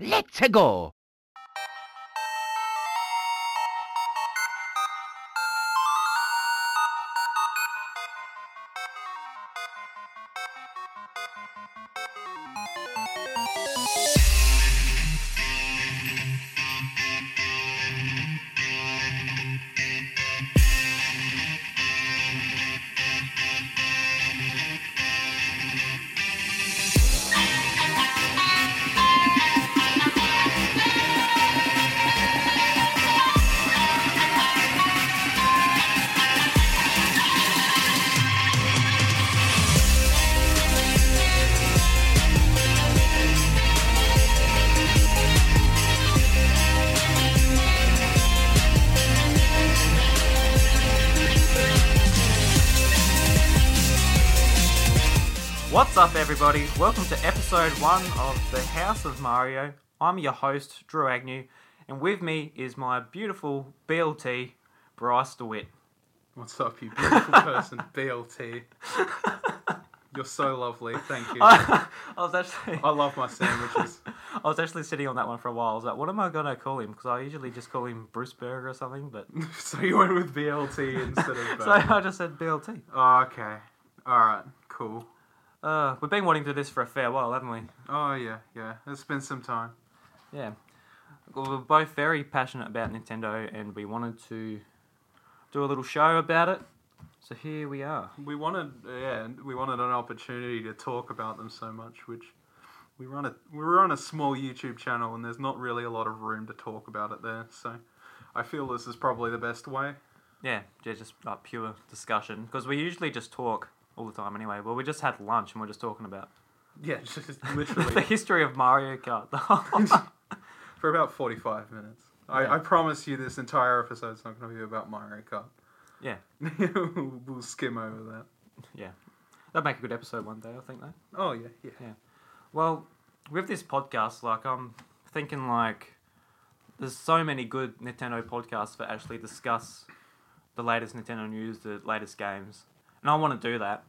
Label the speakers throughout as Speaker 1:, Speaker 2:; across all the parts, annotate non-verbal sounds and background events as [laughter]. Speaker 1: Let's go!
Speaker 2: What's up, everybody? Welcome to episode one of The House of Mario. I'm your host, Drew Agnew, and with me is my beautiful BLT, Bryce DeWitt.
Speaker 3: What's up, you beautiful [laughs] person? BLT. You're so lovely. Thank you. [laughs] I
Speaker 2: I was actually I
Speaker 3: love my sandwiches. [laughs]
Speaker 2: was actually sitting on that one for a while. I was like, what am I gonna call him? Because I usually just call him Bruce Burger or something. But
Speaker 3: so you went with BLT instead [laughs] of.
Speaker 2: so
Speaker 3: Uh...
Speaker 2: I just said BLT.
Speaker 3: Oh, okay. All right. Cool.
Speaker 2: Uh, we've been wanting to do this for a fair while, haven't we?
Speaker 3: Oh yeah, yeah. It's been some time.
Speaker 2: Yeah. Well, we're both very passionate about Nintendo, and we wanted to do a little show about it. So here we are.
Speaker 3: We wanted, yeah, we wanted an opportunity to talk about them so much, which we run a we run a small YouTube channel, and there's not really a lot of room to talk about it there. So, I feel this is probably the best way.
Speaker 2: Yeah, yeah, just like pure discussion because we usually just talk all the time anyway. Well, we just had lunch and we're just talking
Speaker 3: [laughs]
Speaker 2: about
Speaker 3: Yeah, just
Speaker 2: the
Speaker 3: literally
Speaker 2: history of Mario Kart. [laughs] the whole-
Speaker 3: for about forty five minutes.
Speaker 2: Yeah.
Speaker 3: I, I promise you, this entire episode's not going to be about Mario Kart.
Speaker 2: yeah,
Speaker 3: [laughs] we'll skim over that.
Speaker 2: yeah, that'd make a good episode one day, I think. Though.
Speaker 3: Oh yeah, yeah.
Speaker 2: Well, with this podcast, like I'm thinking, like there's so many good Nintendo podcasts that actually discuss the latest Nintendo news, the latest games, and I want to do that.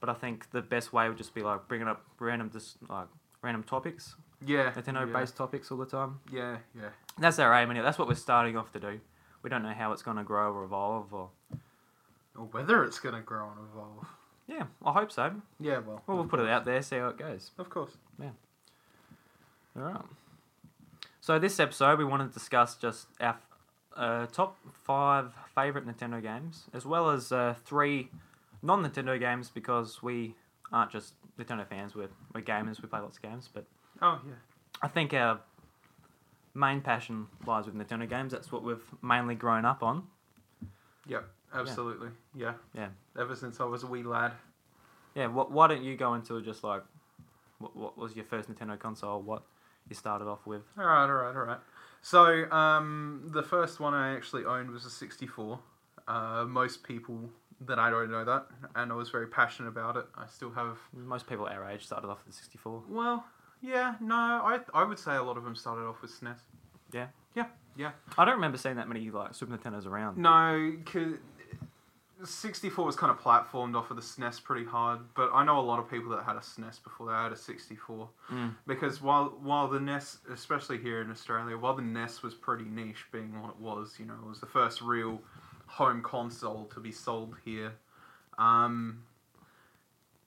Speaker 2: But I think the best way would just be like bringing up random, just like random topics,
Speaker 3: Yeah.
Speaker 2: Nintendo
Speaker 3: yeah,
Speaker 2: based topics all the time.
Speaker 3: Yeah, yeah.
Speaker 2: That's our aim, and that's what we're starting off to do. We don't know how it's going to grow or evolve, or
Speaker 3: Or whether it's going to grow and evolve.
Speaker 2: yeah, I hope so.
Speaker 3: Yeah, well,
Speaker 2: Well, we'll put it out there, see how it goes.
Speaker 3: of course.
Speaker 2: All right. So this episode, we want to discuss just our uh, top five favorite Nintendo games, as well as uh, three non-Nintendo games, because we aren't just Nintendo fans. We're we're gamers. We play lots of games, but
Speaker 3: Oh yeah.
Speaker 2: I think our main passion lies with Nintendo games. That's what we've mainly grown up on.
Speaker 3: Yep. Absolutely. Yeah.
Speaker 2: Yeah.
Speaker 3: Ever since I was a wee lad.
Speaker 2: Yeah, wh- why don't you go into just like what, what was your first Nintendo console? What you started off with?
Speaker 3: All right, all right, all right. So um, the first one I actually owned was a 64. Uh, most people that I don't know that, and I was very passionate about it. I still have.
Speaker 2: Most people our age started off with the 64.
Speaker 3: Well, yeah, no, I I would say a lot of them started off with SNES.
Speaker 2: Yeah.
Speaker 3: Yeah, yeah.
Speaker 2: I don't remember seeing that many like Super Nintendos around.
Speaker 3: No, 'cause 64 was kind of platformed off of the SNES pretty hard, but I know a lot of people that had a SNES before they had a 64.
Speaker 2: Mm.
Speaker 3: Because while while the NES, especially here in Australia, while the NES was pretty niche, being what it was, you know, it was the first real home console to be sold here. Um,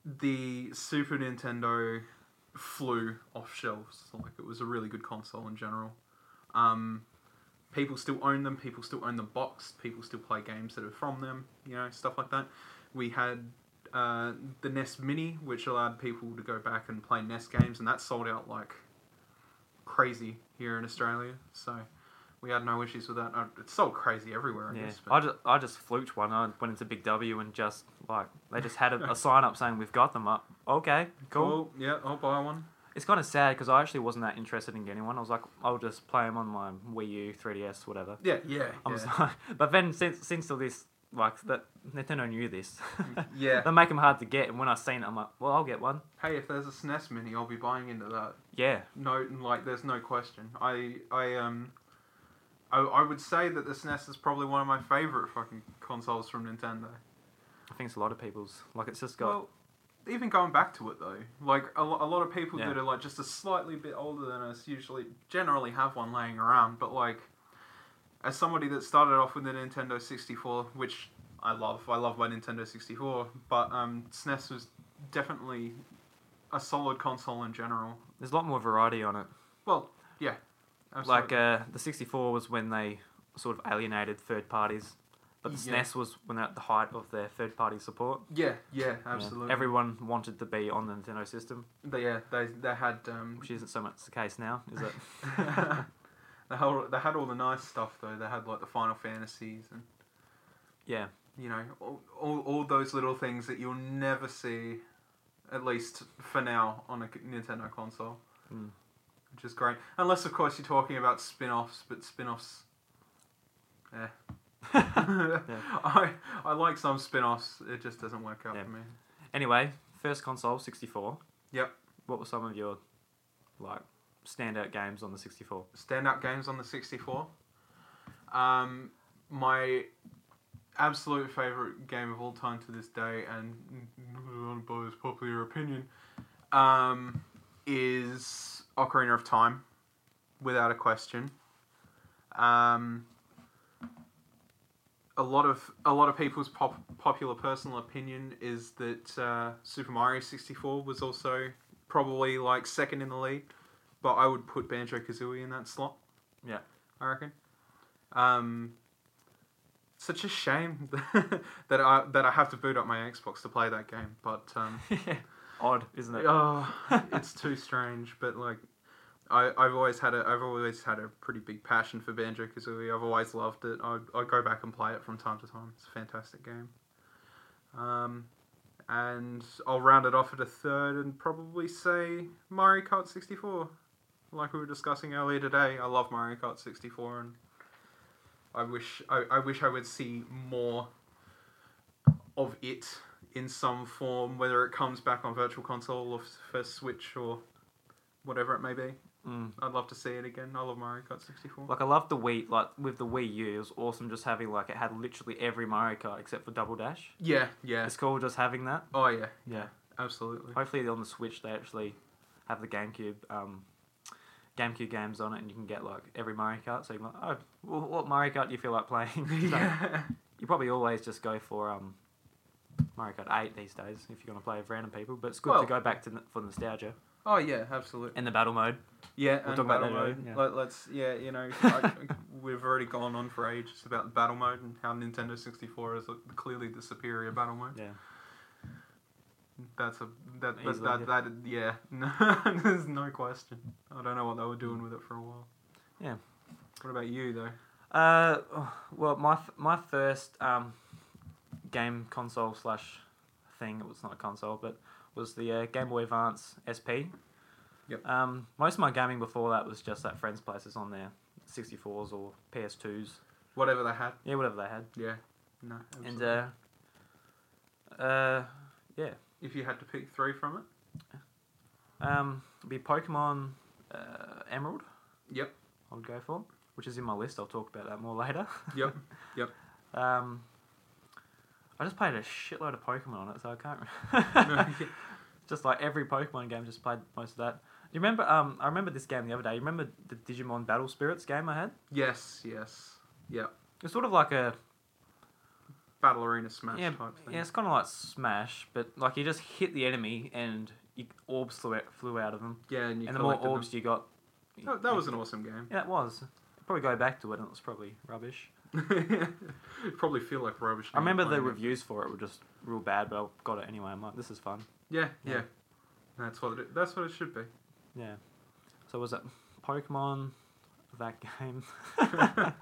Speaker 3: the Super Nintendo flew off shelves. Like it was a really good console in general. Um, people still own them. People still own the box. People still play games that are from them. You know, stuff like that. We had uh, the NES Mini, which allowed people to go back and play NES games, and that sold out like crazy here in Australia. So we had no issues with that. Uh, It sold crazy everywhere. I
Speaker 2: Yeah.
Speaker 3: guess.
Speaker 2: I just I just fluked one. I went into Big W and just like they just had a, a sign up saying we've got them up. Okay, cool.
Speaker 3: cool. Yeah, I'll buy one.
Speaker 2: It's kind of sad because I actually wasn't that interested in getting one. I was like, I'll just play them on my Wii U, 3DS, whatever.
Speaker 3: Yeah, yeah,
Speaker 2: I'm
Speaker 3: yeah.
Speaker 2: sorry. [laughs] But then since since all this like that Nintendo knew this. [laughs]
Speaker 3: Yeah.
Speaker 2: they make them hard to get, and when I seen it, I'm like, well, I'll get one.
Speaker 3: Hey, if there's a SNES Mini, I'll be buying into that.
Speaker 2: Yeah,
Speaker 3: No, like there's no question. I, I, um, I, I would say that the SNES is probably one of my favorite fucking consoles from Nintendo.
Speaker 2: I think it's a lot of people's. Like, it's just got
Speaker 3: Well, even going back to it though, like a, lo- a lot of people
Speaker 2: Yeah.
Speaker 3: that are like just a slightly bit older than us usually generally have one laying around, but like as somebody that started off with a Nintendo 64, which I love, I love my Nintendo 64, but um, SNES was definitely a solid console in general.
Speaker 2: There's a lot more variety on it.
Speaker 3: Well, yeah,
Speaker 2: Like
Speaker 3: absolutely.
Speaker 2: uh, the 64 was when they sort of alienated third parties, but the
Speaker 3: Yeah.
Speaker 2: SNES was when they're at the height of their third party support.
Speaker 3: yeah, yeah,
Speaker 2: Yeah.
Speaker 3: absolutely.
Speaker 2: Everyone wanted to be on the Nintendo system,
Speaker 3: They, yeah, they they had um,
Speaker 2: which isn't so much the case now, is it?
Speaker 3: [laughs] they had they had all the nice stuff though. They had like the Final Fantasies and
Speaker 2: yeah.
Speaker 3: you know all, all, all those little things that you'll never see, at least for now, on a c- Nintendo console,
Speaker 2: Mm.
Speaker 3: which is great. Unless of course you're talking about spin-offs, but spin-offs.
Speaker 2: [laughs]
Speaker 3: Yeah. [laughs] I I like some spin-offs. It just doesn't work out
Speaker 2: Yeah.
Speaker 3: for me.
Speaker 2: Anyway, first console, 64.
Speaker 3: Yep.
Speaker 2: What were some of your, like, standout games on the 64?
Speaker 3: standout games on the 64. Um, my absolute favorite game of all time to this day, and not by his popular opinion, um, is Ocarina of Time, without a question. Um, a lot of a lot of people's pop, popular personal opinion is that uh, Super Mario 64 was also probably like second in the lead but I would put Banjo Kazooie in that slot.
Speaker 2: Yeah.
Speaker 3: I reckon. Um, such a shame [laughs] that I that I have to boot up my Xbox to play that game, but um,
Speaker 2: Odd, isn't it?
Speaker 3: oh, it's too strange. But like, I I've always had a I've always had a pretty big passion for Banjo Kazooie. I've always loved it. I I go back and play it from time to time. It's a fantastic game. Um, and I'll round it off at a third and probably say Mario Kart sixty four. Like we were discussing earlier today, I love Mario Kart sixty four and. I wish I, I wish I would see more of it in some form, whether it comes back on Virtual Console or f- for Switch or whatever it may be.
Speaker 2: Mm.
Speaker 3: I'd love to see it again. I love Mario Kart 64.
Speaker 2: Like, I love the Wii, like, with the Wii U, it was awesome just having, like, it had literally every Mario Kart except for Double Dash.
Speaker 3: Yeah, yeah.
Speaker 2: It's cool just having that.
Speaker 3: Oh, yeah,
Speaker 2: Yeah.
Speaker 3: absolutely. [laughs]
Speaker 2: Hopefully on the Switch they actually have the GameCube um, GameCube games on it, and you can get like every Mario Kart. So you're like, oh, wh- what Mario Kart do you feel like playing? [laughs] So
Speaker 3: yeah.
Speaker 2: You probably always just go for um, Mario Kart Eight these days if you're gonna play with random people. But it's good
Speaker 3: Well-
Speaker 2: to go back to n- for nostalgia
Speaker 3: Oh, yeah, absolutely.
Speaker 2: and the battle mode. We'll
Speaker 3: Yeah, and
Speaker 2: talk about
Speaker 3: Battle
Speaker 2: that later,
Speaker 3: Mode.
Speaker 2: yeah.
Speaker 3: Let, let's, yeah, you know, I, [laughs] we've already gone on for ages about Battle Mode and how Nintendo 64 is uh, clearly the superior Battle Mode.
Speaker 2: Yeah,
Speaker 3: That's a that that,
Speaker 2: Easily,
Speaker 3: that, that yeah. [laughs] No, there's no question. I don't know what they were doing with it for a while.
Speaker 2: Yeah.
Speaker 3: What about you though?
Speaker 2: Uh, well, my f- my first um, game console slash thing. It was not a console, but was the uh, Game Boy Advance SP.
Speaker 3: Yep.
Speaker 2: Um, most of my gaming before that was just at friends' places on their 64s or PS2s.
Speaker 3: Whatever they had.
Speaker 2: Yeah, whatever they had.
Speaker 3: Yeah. No.
Speaker 2: And
Speaker 3: absolutely.
Speaker 2: uh, uh, yeah,
Speaker 3: if you had to pick three from it.
Speaker 2: um, it'd be Pokemon uh, Emerald.
Speaker 3: Yep.
Speaker 2: I would go for, which is in my list. I'll talk about that more [laughs] later.
Speaker 3: Yep. [laughs] Yep.
Speaker 2: Um, I just played a shitload of Pokemon on it, so I can't.
Speaker 3: No, [laughs]
Speaker 2: Re- [laughs]
Speaker 3: yeah.
Speaker 2: just like every Pokemon game, just played most of that. You remember? Um, I remember this game the other day. You remember the Digimon Battle Spirits game I had?
Speaker 3: yes. Yes.
Speaker 2: It's sort of like a
Speaker 3: Battle Arena Smash
Speaker 2: yeah,
Speaker 3: type thing.
Speaker 2: yeah. It's kind of like Smash, but like you just hit the enemy and you, orbs flew out, flew out of them,
Speaker 3: Yeah, and you
Speaker 2: and the more
Speaker 3: collected
Speaker 2: orbs you got,
Speaker 3: them. That, that was an awesome game. [laughs]
Speaker 2: yeah, it was. Probably go back to it, and it was probably rubbish.
Speaker 3: You'd probably feel like rubbish.
Speaker 2: I
Speaker 3: now you're
Speaker 2: remember the
Speaker 3: playing it.
Speaker 2: reviews for it were just real bad, but I got it anyway. I'm like, this is fun.
Speaker 3: Yeah, yeah.
Speaker 2: Yeah.
Speaker 3: That's what it. That's what it should be.
Speaker 2: Yeah. So was it Pokemon? That
Speaker 3: [laughs]
Speaker 2: game. I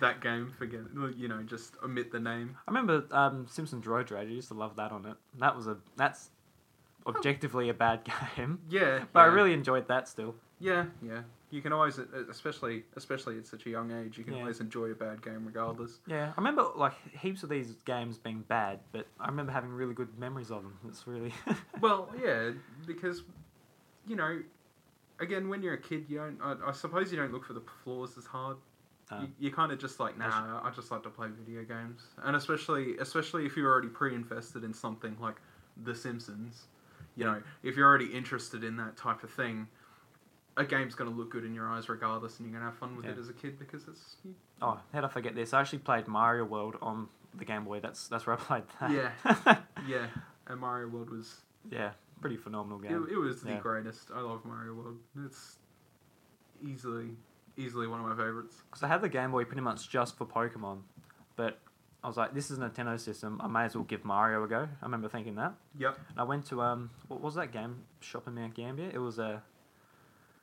Speaker 3: that game, forget. it. You know, just omit the name.
Speaker 2: remember um, Simpson Droid Rage. I used to love that on it. That was a that's objectively a bad [laughs] game,
Speaker 3: Yeah,
Speaker 2: but I
Speaker 3: yeah.
Speaker 2: really enjoyed that still.
Speaker 3: Yeah, yeah. You can always, uh, especially especially at such a young age, you can
Speaker 2: Yeah.
Speaker 3: always enjoy a bad game regardless.
Speaker 2: Yeah, I remember like heaps of these games being bad, but I remember having really good memories of them. It's really [laughs]
Speaker 3: Well, yeah, because you know, again, when you're a kid, you don't. I, I suppose you don't look for the flaws as hard.
Speaker 2: Uh,
Speaker 3: you you kind of just like,
Speaker 2: that's-
Speaker 3: nah, I just like to play video games, and especially especially if you're already pre-invested in something like The Simpsons. you know, if you're already interested in that type of thing, a game's going to look good in your eyes regardless, and you're going to have fun with
Speaker 2: Yeah.
Speaker 3: it as a kid because it's
Speaker 2: Oh, how'd I forget this? I actually played Mario World on the Game Boy. That's that's where I played that. Yeah.
Speaker 3: yeah. And Mario World was
Speaker 2: [laughs] yeah. Pretty phenomenal
Speaker 3: it,
Speaker 2: game.
Speaker 3: it was the
Speaker 2: Yeah.
Speaker 3: greatest. I love Mario World. It's easily easily one of my favorites.
Speaker 2: Because I had the Game Boy pretty much just for Pokemon, but I was like, this is a Nintendo system. I may as well give Mario a go. I remember thinking that.
Speaker 3: Yep.
Speaker 2: And I went to um, what was that game shop in Mount Gambier? It was a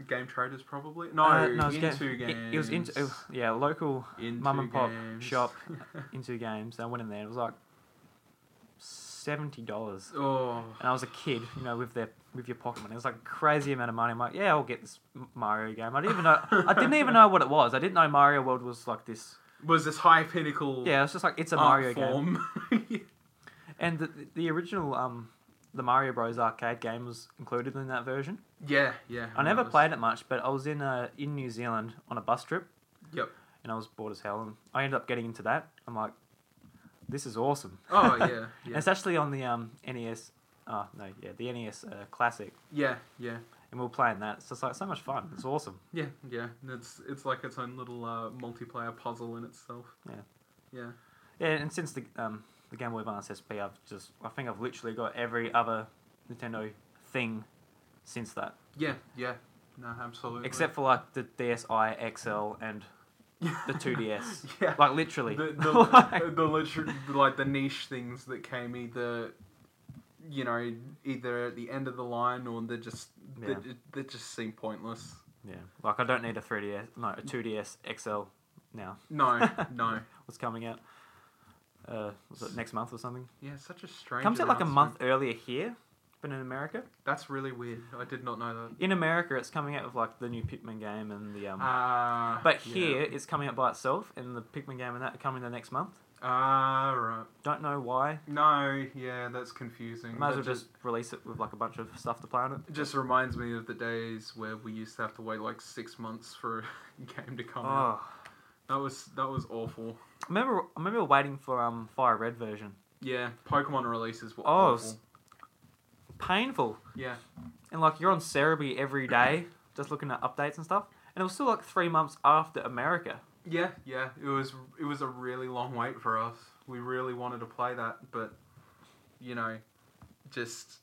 Speaker 3: Game Traders probably. No,
Speaker 2: uh,
Speaker 3: into
Speaker 2: Ga-
Speaker 3: games.
Speaker 2: It, it was into it- yeah local
Speaker 3: Into
Speaker 2: mum and pop
Speaker 3: games.
Speaker 2: shop. into games. I went in there. It was like seventy dollars.
Speaker 3: [laughs] oh,
Speaker 2: and I was a kid, you know, with their with your pocket money. It was like a crazy amount of money. I'm like, yeah, I'll get this M- Mario game. I didn't even know. I didn't even know what it was. I didn't know Mario World was like this.
Speaker 3: was this high pinnacle?
Speaker 2: Yeah, it's just like it's a
Speaker 3: art
Speaker 2: Mario game.
Speaker 3: form. [laughs]
Speaker 2: And the, the original um, the Mario Bros arcade game was included in that version.
Speaker 3: yeah, yeah.
Speaker 2: I never
Speaker 3: was-
Speaker 2: played it much, but I was in uh, in New Zealand on a bus trip.
Speaker 3: Yep.
Speaker 2: And I was bored as hell, and I ended up getting into that. I'm like, this is awesome.
Speaker 3: Oh
Speaker 2: [laughs]
Speaker 3: yeah,
Speaker 2: And
Speaker 3: yeah,
Speaker 2: It's actually on the um, NES. Oh no, yeah, the NES uh, Classic,
Speaker 3: yeah, yeah,
Speaker 2: and we were playing that. It's just like so much fun. It's awesome.
Speaker 3: yeah, yeah. And It's it's like its own little uh, multiplayer puzzle in itself.
Speaker 2: Yeah.
Speaker 3: yeah.
Speaker 2: Yeah, and since the um, the Game Boy Advance SP, I've just I think I've literally got every other Nintendo thing since that,
Speaker 3: Yeah, yeah. No, absolutely.
Speaker 2: except for like the DSi XL and
Speaker 3: [laughs]
Speaker 2: the 2DS.
Speaker 3: yeah.
Speaker 2: like literally.
Speaker 3: The,
Speaker 2: [laughs]
Speaker 3: the, the liter- like the niche things that came either, you know, either at the end of the line or they just they,
Speaker 2: Yeah.
Speaker 3: they just seem pointless.
Speaker 2: yeah, like I don't need a 3DS, no, a 2DS XL now.
Speaker 3: No,
Speaker 2: [laughs]
Speaker 3: no.
Speaker 2: What's coming out? Uh, was it next month or something?
Speaker 3: Yeah, it's such a strange.
Speaker 2: Comes out like a
Speaker 3: announcement.
Speaker 2: month earlier here, but in America,
Speaker 3: That's really weird. I did not know that.
Speaker 2: in America, it's coming out with like the new Pikmin game and the um.
Speaker 3: Ah,
Speaker 2: but
Speaker 3: yeah.
Speaker 2: here, it's coming out by itself, and the Pikmin game and that are coming the next month.
Speaker 3: Ah, right.
Speaker 2: Don't know why.
Speaker 3: No, yeah, that's confusing.
Speaker 2: Might as
Speaker 3: That
Speaker 2: well just release it with like a bunch of stuff to play on it.
Speaker 3: just just reminds me of the days where we used to have to wait like six months for [laughs] a game to come out.
Speaker 2: Oh,
Speaker 3: That was that was awful.
Speaker 2: I remember, I remember waiting for um Fire Red version.
Speaker 3: Yeah, Pokemon releases were
Speaker 2: Oh,
Speaker 3: awful.
Speaker 2: s- Painful,
Speaker 3: Yeah,
Speaker 2: and like you're on Cerebi every day, just looking at updates and stuff. And it was still like three months after America.
Speaker 3: yeah, yeah. It was it was a really long wait for us. We really wanted to play that, but you know, just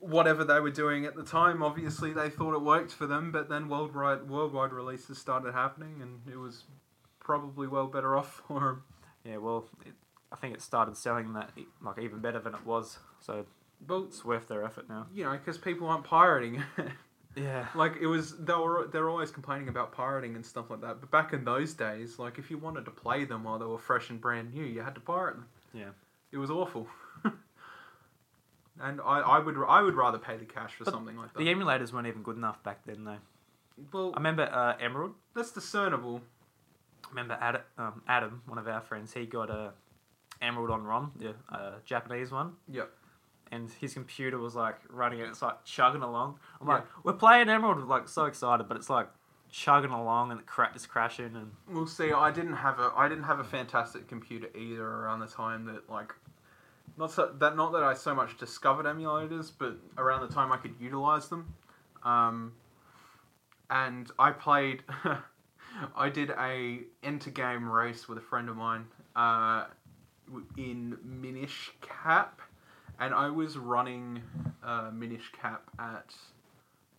Speaker 3: whatever they were doing at the time. Obviously, they thought it worked for them, but then worldwide worldwide releases started happening, and it was probably well better off for 'em.
Speaker 2: Yeah, well, it, I think it started selling that e- like even better than it was, so
Speaker 3: Well,
Speaker 2: it's worth their effort now.
Speaker 3: you know, because people aren't pirating. [laughs] it.
Speaker 2: Yeah,
Speaker 3: like it was, they were they're always complaining about pirating and stuff like that. But back in those days, like if you wanted to play them while they were fresh and brand new, you had to pirate them.
Speaker 2: Yeah.
Speaker 3: it was awful. [laughs] and I, I would I would rather pay the cash for
Speaker 2: But
Speaker 3: something like that.
Speaker 2: the emulators weren't even good enough back then though. I
Speaker 3: well,
Speaker 2: remember uh, Emerald.
Speaker 3: that's discernible.
Speaker 2: remember Ad, um, Adam, one of our friends, he got a Emerald on ROM, the uh, Japanese one.
Speaker 3: Yep.
Speaker 2: And his computer was like running it, it's like chugging along. I'm
Speaker 3: Yeah.
Speaker 2: like, we're playing Emerald, like so excited, but it's like chugging along and it cra- it's crashing and
Speaker 3: We'll see. I didn't have a I didn't have a fantastic computer either around the time that like. Not so that not that I so much discovered emulators, but around the time I could utilize them, um, and I played. [laughs] I did a enter game race with a friend of mine uh, w- in Minish Cap, and I was running uh, Minish Cap at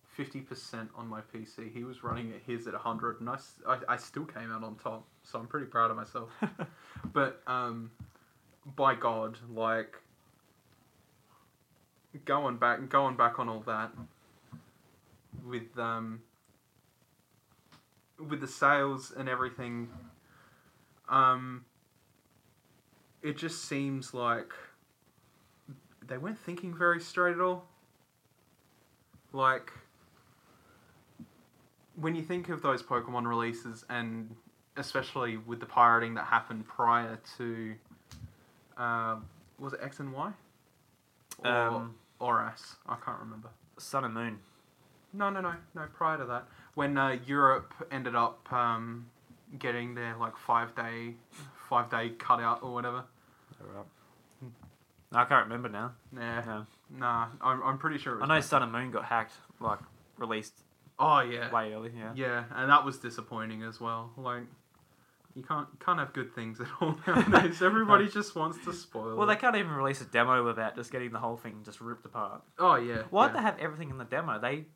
Speaker 3: fifty percent on my PC. He was running at his at hundred, and I, s- I- I still came out on top. So I'm pretty proud of myself. but um, by God, like going back going back on all that with um with the sales and everything, um, it just seems like they weren't thinking very straight at all. Like, when you think of those Pokemon releases, and especially with the pirating that happened prior to, uh, was it X and Y? Or,
Speaker 2: um,
Speaker 3: or S? I can't remember.
Speaker 2: Sun and Moon.
Speaker 3: No, no, no, no. Prior to that, when uh, Europe ended up um, getting Oh, their like five day, five day cutout or whatever,
Speaker 2: I can't remember now. Um,
Speaker 3: Nah,
Speaker 2: No.
Speaker 3: nah. I'm, I'm pretty sure. It
Speaker 2: I
Speaker 3: was
Speaker 2: know Sun and Moon got hacked, like released
Speaker 3: Oh yeah.
Speaker 2: way early. Yeah.
Speaker 3: Yeah, and that was disappointing as well. Like, you can't can't have good things at all [laughs]
Speaker 2: [laughs]
Speaker 3: nowadays. Everybody just wants to spoil.
Speaker 2: Well, they
Speaker 3: it.
Speaker 2: can't even release a demo without just getting the whole thing just ripped apart.
Speaker 3: oh yeah.
Speaker 2: Why'd
Speaker 3: yeah.
Speaker 2: they have everything in the demo? They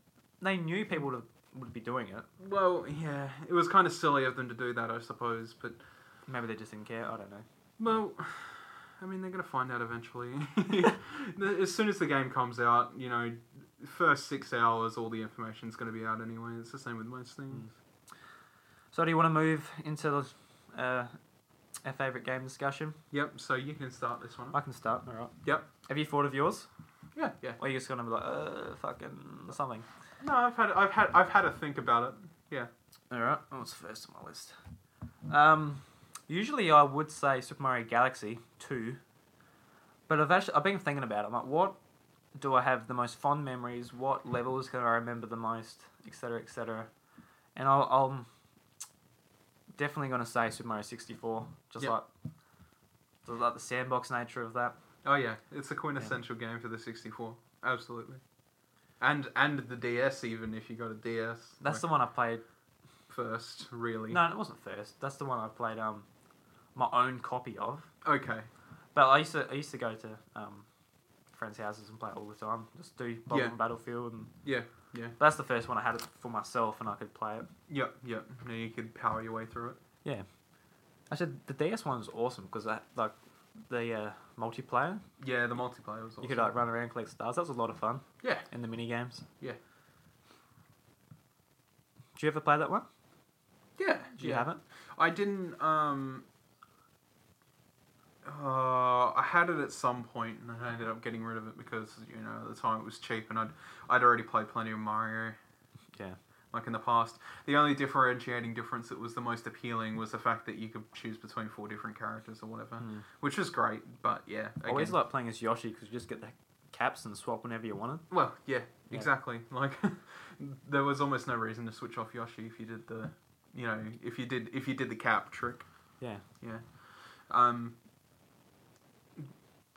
Speaker 2: they knew people would, would be doing it.
Speaker 3: Well, yeah, it was kind of silly of them to do that, I suppose. But
Speaker 2: Maybe they just didn't care. I don't know.
Speaker 3: well, [sighs] I mean, they're gonna find out eventually.
Speaker 2: [laughs]
Speaker 3: The- as soon as the game comes out, you know, first six hours, all the information's gonna be out anyway. It's the same with most things.
Speaker 2: So, do you want to move into the, uh, our favourite game discussion?
Speaker 3: Yep. So you can start this one.
Speaker 2: I
Speaker 3: Up.
Speaker 2: can start. All right.
Speaker 3: Yep.
Speaker 2: Have you thought of yours?
Speaker 3: Yeah, yeah.
Speaker 2: Or are you just gonna be like, uh, fucking something?
Speaker 3: No, I've had, I've had, I've had a think about it. Yeah.
Speaker 2: All right. What's first on my list? Um, usually I would say Super Mario Galaxy Two, but I've actually I've been thinking about it. I'm like, what do I have the most fond memories? What levels can I remember the most? Et cetera, et cetera. And I'll, I'm definitely gonna say Super Mario sixty four. Just
Speaker 3: Yep.
Speaker 2: like, just like the sandbox nature of that.
Speaker 3: Oh yeah, it's a quintessential game for the 64. Absolutely. And and the DS even if you got a DS.
Speaker 2: That's the
Speaker 3: like,
Speaker 2: one I played.
Speaker 3: first, really.
Speaker 2: No, it wasn't first. That's the one I played. Um, my own copy of.
Speaker 3: Okay.
Speaker 2: But I used to I used to go to um, friends' houses and play it all the time. Just do Bob
Speaker 3: Yeah.
Speaker 2: and Battlefield, and
Speaker 3: Yeah, yeah.
Speaker 2: That's the first one I had it for myself, and I could play it.
Speaker 3: Yep, yep. Now you could power your way through it.
Speaker 2: Actually, the DS one was awesome because like the uh, multiplayer,
Speaker 3: Yeah, the multiplayer was awesome.
Speaker 2: you could like run around and collect stars. That was a lot of fun.
Speaker 3: Yeah.
Speaker 2: In the mini games.
Speaker 3: Yeah.
Speaker 2: Do you ever play that one?
Speaker 3: Yeah.
Speaker 2: Do you
Speaker 3: yeah.
Speaker 2: have it?
Speaker 3: I didn't um uh, I had it at some point and I ended up getting rid of it because you know at the time it was cheap and I'd I'd already played plenty of Mario.
Speaker 2: Yeah.
Speaker 3: Like in the past, the only differentiating difference that was the most appealing was the fact that you could choose between four different characters or whatever,
Speaker 2: Hmm.
Speaker 3: which was great. But yeah,
Speaker 2: I always
Speaker 3: again-
Speaker 2: like playing as Yoshi because you just get the caps and swap whenever you wanted.
Speaker 3: well, yeah,
Speaker 2: Yeah.
Speaker 3: exactly. [laughs] Like there was almost no reason to switch off Yoshi if you did the, you know, if you did if you did the cap trick.
Speaker 2: Yeah.
Speaker 3: Yeah. Um,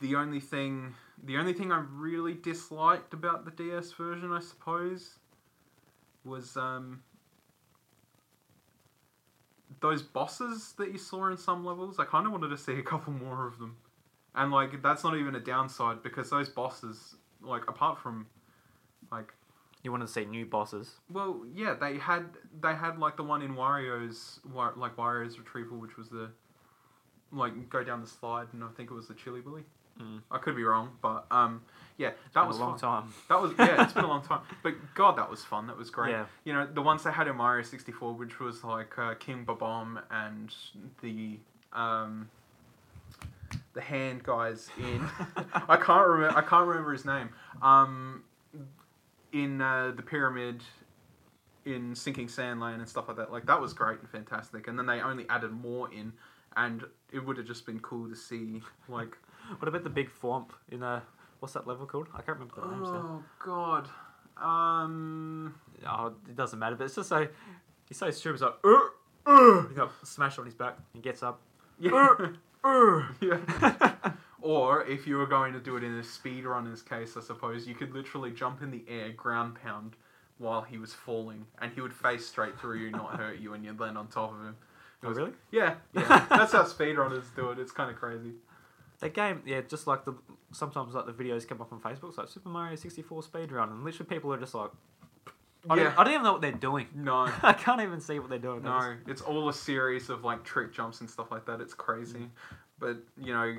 Speaker 3: the only thing, the only thing I really disliked about the DS version, I suppose, was um, those bosses that you saw in some levels. I kind of wanted to see a couple more of them, and like that's not even a downside because those bosses, like apart from, like
Speaker 2: You wanted to see new bosses.
Speaker 3: well, yeah, they had they had like the one in Wario's Wa- like Wario's retrieval, which was the like go down the slide, and I think it was the Chili Willy.
Speaker 2: Mm.
Speaker 3: I could be wrong, but um, yeah, that
Speaker 2: Been
Speaker 3: was
Speaker 2: a long
Speaker 3: fun.
Speaker 2: time.
Speaker 3: That was yeah, it's been a long time, but God, that was fun. That was great.
Speaker 2: Yeah.
Speaker 3: You know, the ones they had in Mario sixty four, which was like uh, King Babom and the um, the hand guys [laughs] in. I can't remember. I can't remember his name. Um, in uh, the pyramid, in Sinking Sand Lane and stuff like that. Like that was great and fantastic. And then they only added more in, and it would have just been cool to see like.
Speaker 2: What about the big thwomp in uh what's that level called? I can't remember the name. so-
Speaker 3: Oh God. Um.
Speaker 2: Oh, it doesn't matter. But it's just so he's so stupid. He's like, "Uh, "Ugh, ugh," he's got smashed on his back. He gets up.
Speaker 3: Yeah.
Speaker 2: "Ugh."
Speaker 3: Yeah. or if you were going to do it in a speedrunner's case, I suppose, you could literally jump in the air, ground pound, while he was falling, and he would face straight through you, not hurt you, and you'd land on top of him. It
Speaker 2: Oh,
Speaker 3: was-
Speaker 2: really?
Speaker 3: Yeah, yeah. That's how speedrunners do it. It's kind of crazy.
Speaker 2: That game, yeah, just like the sometimes like the videos come up on Facebook, it's like Super Mario sixty four speedrun, and literally people are just like, I,
Speaker 3: yeah.
Speaker 2: don't, I don't even know what they're doing. [laughs]
Speaker 3: No.
Speaker 2: I can't even see what they're doing. They're
Speaker 3: [laughs] No, it's all a series of like trick jumps and stuff like that. It's crazy, but you know,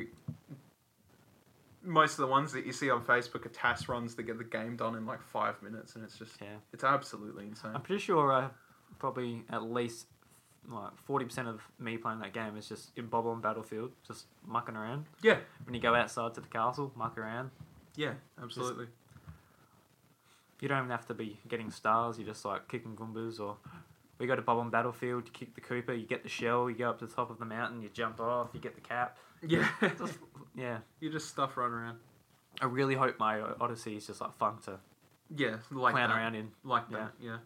Speaker 3: most of the ones that you see on Facebook are task runs that get the game done in like five minutes, and it's just
Speaker 2: just- yeah,
Speaker 3: it's absolutely insane.
Speaker 2: I'm pretty sure uh, probably at least like forty percent of me playing that game is just in Bob on Battlefield, just mucking around.
Speaker 3: Yeah.
Speaker 2: When you go outside to the castle, muck around.
Speaker 3: Yeah, absolutely.
Speaker 2: You don't even have to be getting stars. You're just like kicking goombas, or we go to Bob on Battlefield. You kick the Cooper. You get the shell. You go up to the top of the mountain. You jump off. You get the cap.
Speaker 3: Yeah, [laughs]
Speaker 2: Just yeah.
Speaker 3: you just stuff right around.
Speaker 2: I really hope my Odyssey is just like fun to
Speaker 3: Yeah, like
Speaker 2: plan
Speaker 3: that.
Speaker 2: around in.
Speaker 3: like
Speaker 2: Yeah.
Speaker 3: that. Yeah,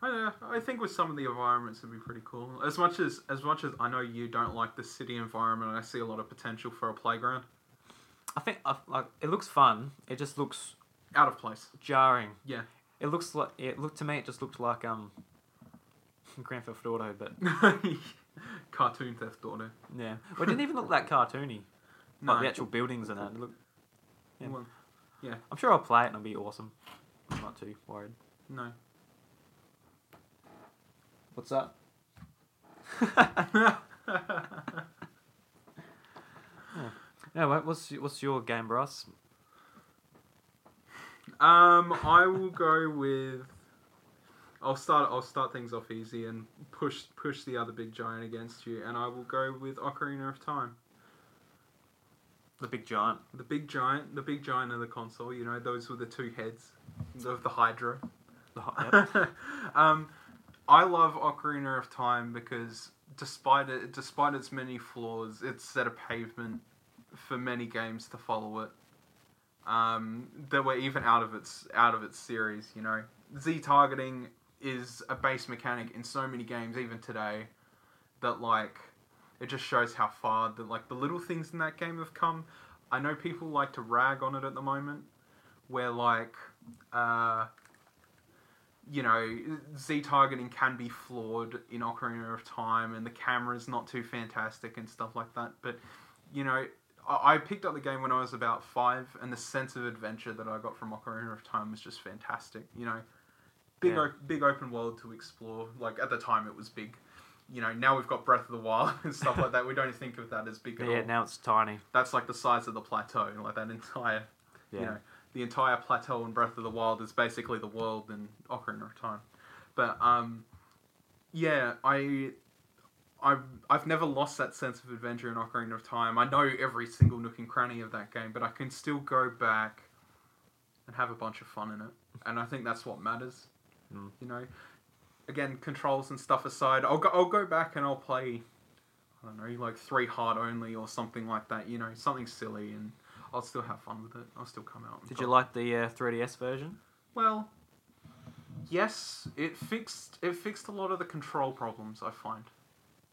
Speaker 3: I don't know. I think with some of the environments, it'd be pretty cool. As much as as much as I know you don't like the city environment, I see a lot of potential for a playground.
Speaker 2: I think I, like it looks fun. It just looks
Speaker 3: Out of place. [laughs]
Speaker 2: jarring.
Speaker 3: Yeah.
Speaker 2: It looks like it looked to me. It just looked like um, Grand Theft Auto, but
Speaker 3: Cartoon Theft Auto.
Speaker 2: yeah, well, it didn't even look that cartoony.
Speaker 3: No.
Speaker 2: Like the actual buildings and that. It looked- yeah.
Speaker 3: Well,
Speaker 2: I'm sure I'll play it and it'll be awesome. I'm not too worried.
Speaker 3: no.
Speaker 2: What's that? [laughs]
Speaker 3: [laughs]
Speaker 2: Anyway, what's y- what's your game, Bryce?
Speaker 3: Um, I will go with. I'll start. I'll start things off easy and push push the other big giant against you, and I will go with Ocarina of Time,
Speaker 2: The big giant.
Speaker 3: the big giant, the big giant of the console. You know, those were the two heads of the Hydra.
Speaker 2: The hot,
Speaker 3: [laughs]
Speaker 2: yep.
Speaker 3: um, I love Ocarina of Time because despite it, despite its many flaws, it set a pavement for many games to follow it. Um, that were even out of its out of its series, you know. Z targeting is a base mechanic in so many games, even today, that like it just shows how far the like the little things in that game have come. I know people like to rag on it at the moment, where like uh, you know, Z targeting can be flawed in Ocarina of Time, and the camera's not too fantastic and stuff like that. But, you know, I, I picked up the game when I was about five, and the sense of adventure that I got from Ocarina of Time was just fantastic. You know, big,
Speaker 2: Yeah.
Speaker 3: o- big open world to explore. Like, at the time, it was big. You know, now we've got Breath of the Wild [laughs] and stuff like that. We don't think of that as big
Speaker 2: But
Speaker 3: at
Speaker 2: yeah,
Speaker 3: all.
Speaker 2: now it's tiny.
Speaker 3: That's like the size of the plateau, like that entire
Speaker 2: Yeah.
Speaker 3: you know, the entire plateau in Breath of the Wild is basically the world in Ocarina of Time. But um, yeah, I, I've I've never lost that sense of adventure in Ocarina of Time. I know every single nook and cranny of that game, but I can still go back and have a bunch of fun in it. And I think that's what matters.
Speaker 2: Mm.
Speaker 3: You know, again, controls and stuff aside, I'll go I'll go back and I'll play. I don't know, like three hard only or something like that. You know, something silly and. I'll still have fun with it. I'll still come out. and
Speaker 2: Did
Speaker 3: play.
Speaker 2: you like the uh, 3DS version?
Speaker 3: Well, yes, it fixed it fixed a lot of the control problems I find.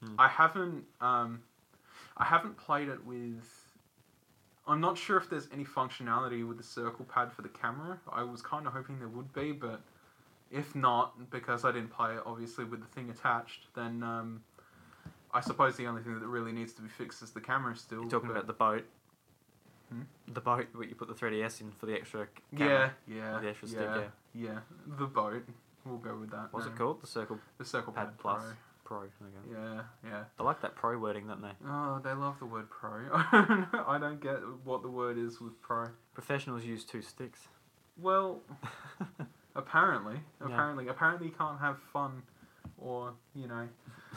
Speaker 2: Hmm.
Speaker 3: I haven't um, I haven't played it with. I'm not sure if there's any functionality with the circle pad for the camera. I was kind of hoping there would be, but if not, because I didn't play it obviously with the thing attached, then um, I suppose the only thing that really needs to be fixed is the camera still.
Speaker 2: You're talking
Speaker 3: but-
Speaker 2: about the boat.
Speaker 3: Hmm?
Speaker 2: The boat where you put the 3DS in for the extra c-
Speaker 3: yeah,
Speaker 2: camera.
Speaker 3: yeah,
Speaker 2: Or the extra
Speaker 3: yeah,
Speaker 2: stick, yeah.
Speaker 3: yeah. The boat. We'll go with that.
Speaker 2: What's
Speaker 3: name.
Speaker 2: it called? The Circle
Speaker 3: The Circle
Speaker 2: Pad
Speaker 3: Pad,
Speaker 2: Plus.
Speaker 3: Pro.
Speaker 2: Pro. Okay.
Speaker 3: Yeah, yeah.
Speaker 2: They like that pro wording, don't they?
Speaker 3: Oh, they love the word pro. [laughs] I don't get what the word is with pro.
Speaker 2: Professionals use two sticks. [laughs]
Speaker 3: Well, apparently,
Speaker 2: Yeah.
Speaker 3: apparently, apparently, you can't have fun or you know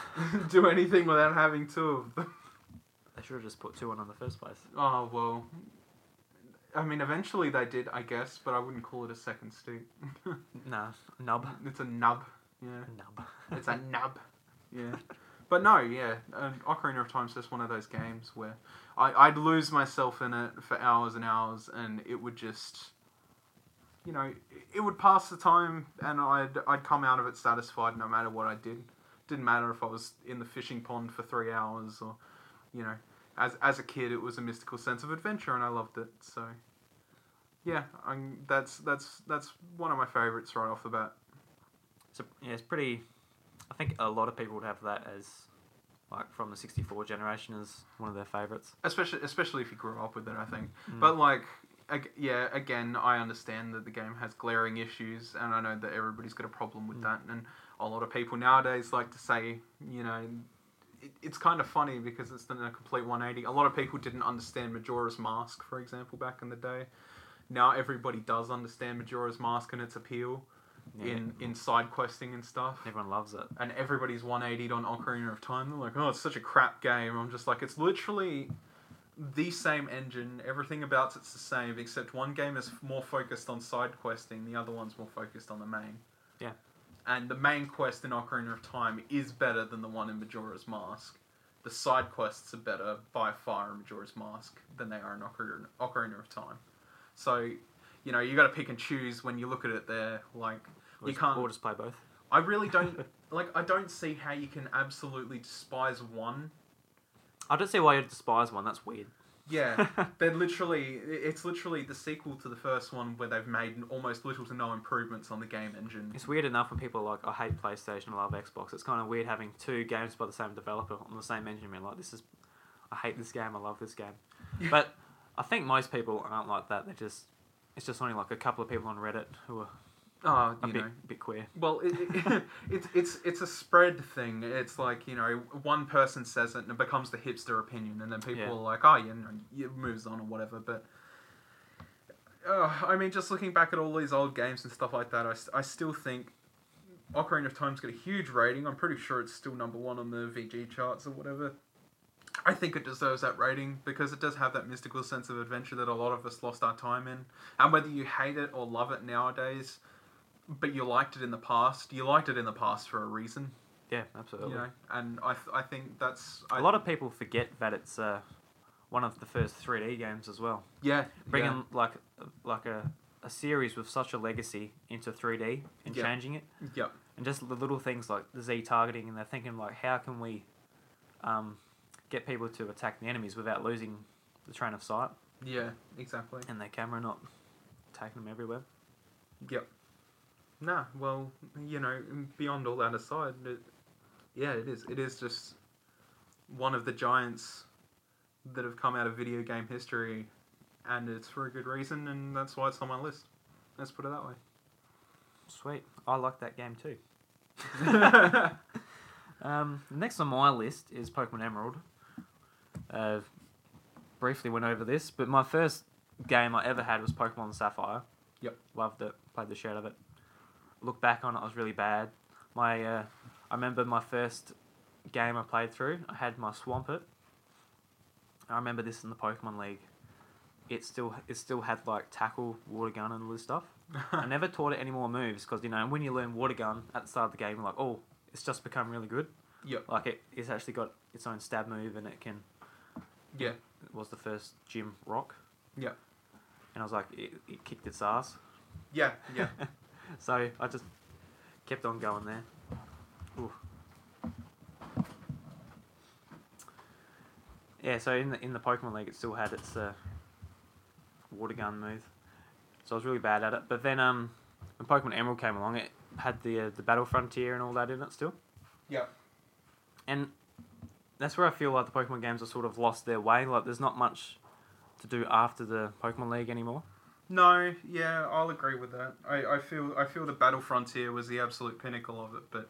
Speaker 3: [laughs] do anything without having two of them. [laughs]
Speaker 2: They should have just put two on in the first place.
Speaker 3: Oh well. I mean, eventually they did, I guess, but I wouldn't call it a second stick.
Speaker 2: Nah, nub.
Speaker 3: [laughs] It's a nub. Yeah.
Speaker 2: Nub. [laughs]
Speaker 3: It's a nub. Yeah. But no, yeah. Um, Ocarina of Time's just one of those games where I, I'd lose myself in it for hours and hours, and it would just, you know, it would pass the time, and I'd, I'd come out of it satisfied no matter what I did. Didn't matter if I was in the fishing pond for three hours or, you know, as, as a kid, it was a mystical sense of adventure, and I loved it. So, yeah, I'm, that's that's that's one of my favorites right off the bat.
Speaker 2: So yeah, it's pretty. I think a lot of people would have that as, like, from the '64 generation as one of their favorites.
Speaker 3: especially especially if you grew up with it i think
Speaker 2: Mm.
Speaker 3: but like ag- yeah again i understand that the game has glaring issues and i know that everybody's got a problem with
Speaker 2: Mm.
Speaker 3: that and a lot of people nowadays like to say you know it, it's kind of funny because it's done a complete 180 a lot of people didn't understand majora's mask for example back in the day now everybody does understand majora's mask and its appeal
Speaker 2: Yeah,
Speaker 3: in in side questing and stuff
Speaker 2: everyone loves it.
Speaker 3: and everybody's 180'd on Ocarina of Time. They're like, oh, it's such a crap game. I'm just like, it's literally the same engine. Everything about it's the same, except one game is more focused on side questing, the other one's more focused on the main.
Speaker 2: Yeah.
Speaker 3: And the main quest in Ocarina of Time is better than the one in Majora's Mask. The side quests are better by far in Majora's Mask than they are in Ocarina, Ocarina of Time. So, you know, you got to pick and choose when you look at it there. Like,
Speaker 2: Or just-
Speaker 3: can't-
Speaker 2: Or just play both.
Speaker 3: I really don't like. I don't see how you can absolutely despise one.
Speaker 2: I don't see why you despise one. That's weird. [laughs]
Speaker 3: Yeah, [laughs] they're literally i- it's literally the sequel to the first one where they've made almost little to no improvements on the game engine.
Speaker 2: It's weird enough when people are like, I hate PlayStation, I love Xbox. It's kind of weird having two games by the same developer on the same engine. Being like, this is, I hate this game, I love this
Speaker 3: [laughs]
Speaker 2: game.
Speaker 3: Yeah.
Speaker 2: But I think most people aren't like that. They just, it's just only like a couple of people on Reddit who are
Speaker 3: Oh,
Speaker 2: Ah, a
Speaker 3: you
Speaker 2: bit,
Speaker 3: know.
Speaker 2: bit queer.
Speaker 3: Well, it, it, [laughs] it's it's it's a spread thing. It's like you know, one person says it and it becomes the hipster opinion, and then people
Speaker 2: Yeah.
Speaker 3: are like, "Oh, you know, it moves on or whatever." But uh, I mean, just looking back at all these old games and stuff like that, I, s- I still think Ocarina of Time's got a huge rating. I'm pretty sure it's still number one on the VG charts or whatever. I think it deserves that rating because it does have that mystical sense of adventure that a lot of us lost our time in. And whether you hate it or love it nowadays, but you liked it in the past, you liked it in the past for a reason,
Speaker 2: Yeah,
Speaker 3: you
Speaker 2: absolutely.
Speaker 3: know. And I, th- I think that's
Speaker 2: A
Speaker 3: I,
Speaker 2: lot of people forget that it's uh, one of the first 3D games as well.
Speaker 3: yeah
Speaker 2: Bringing
Speaker 3: yeah,
Speaker 2: like like a, a series with such a legacy into 3D and
Speaker 3: Yeah.
Speaker 2: changing it.
Speaker 3: yeah.
Speaker 2: and just the little things like the Z targeting, and they're thinking like, how can we um, get people to attack the enemies without losing the train of sight
Speaker 3: Yeah, exactly.
Speaker 2: and their camera not taking them everywhere.
Speaker 3: Yep. Nah, well, you know, beyond all that aside, it, yeah, it is. It is just one of the giants that have come out of video game history, and it's for a good reason, and that's why it's on my list. Let's put it that
Speaker 2: Sweet, I like that game too.
Speaker 3: way.
Speaker 2: Um, next on my list is Pokemon Emerald. Uh, briefly went over this, but my first game I ever had was Pokemon Sapphire.
Speaker 3: Yep.
Speaker 2: Loved it. Played the shit out of it. Look back on it, I was really bad. My, uh, I remember my first game I played through. I had my Swampert. I remember this in the Pokemon League. It still, it still had like tackle, water gun, and all this stuff. [laughs] I never taught it any more moves because you know when you learn water gun at the start of the game, you're like, oh, it's just become really good.
Speaker 3: [laughs] Yep.
Speaker 2: Like it, it's actually got its own stab move, and it can.
Speaker 3: yeah,
Speaker 2: It was the first gym rock.
Speaker 3: Yep.
Speaker 2: And I was like, it, it kicked its ass.
Speaker 3: yeah, yeah.
Speaker 2: So I just kept on going there. Ooh. Yeah, so in the, in the Pokemon League, it still had its uh, water gun move. So I was really bad at it. But then um, when Pokemon Emerald came along, it had the uh, the Battle Frontier and all that in it still.
Speaker 3: Yep.
Speaker 2: And that's where I feel like the Pokemon games are sort of lost their way. Like there's not much to do after the Pokemon League anymore.
Speaker 3: No, yeah, I'll agree with that. I, I feel I feel the Battle Frontier was the absolute pinnacle of it, but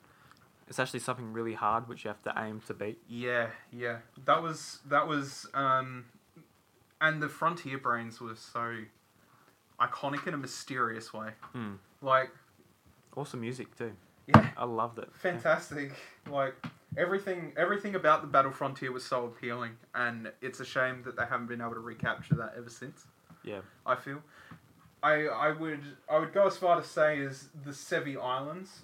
Speaker 2: It's actually something really hard which you have to aim to beat.
Speaker 3: yeah, yeah. That was that was um and the Frontier Brains was so iconic in a mysterious way.
Speaker 2: Hmm.
Speaker 3: Like
Speaker 2: Awesome music too.
Speaker 3: yeah,
Speaker 2: I loved it.
Speaker 3: fantastic. Like everything everything about the Battle Frontier was so appealing and it's a shame that they haven't been able to recapture that ever since.
Speaker 2: Yeah.
Speaker 3: I feel. I I would I would go as far to say is the Sevi Islands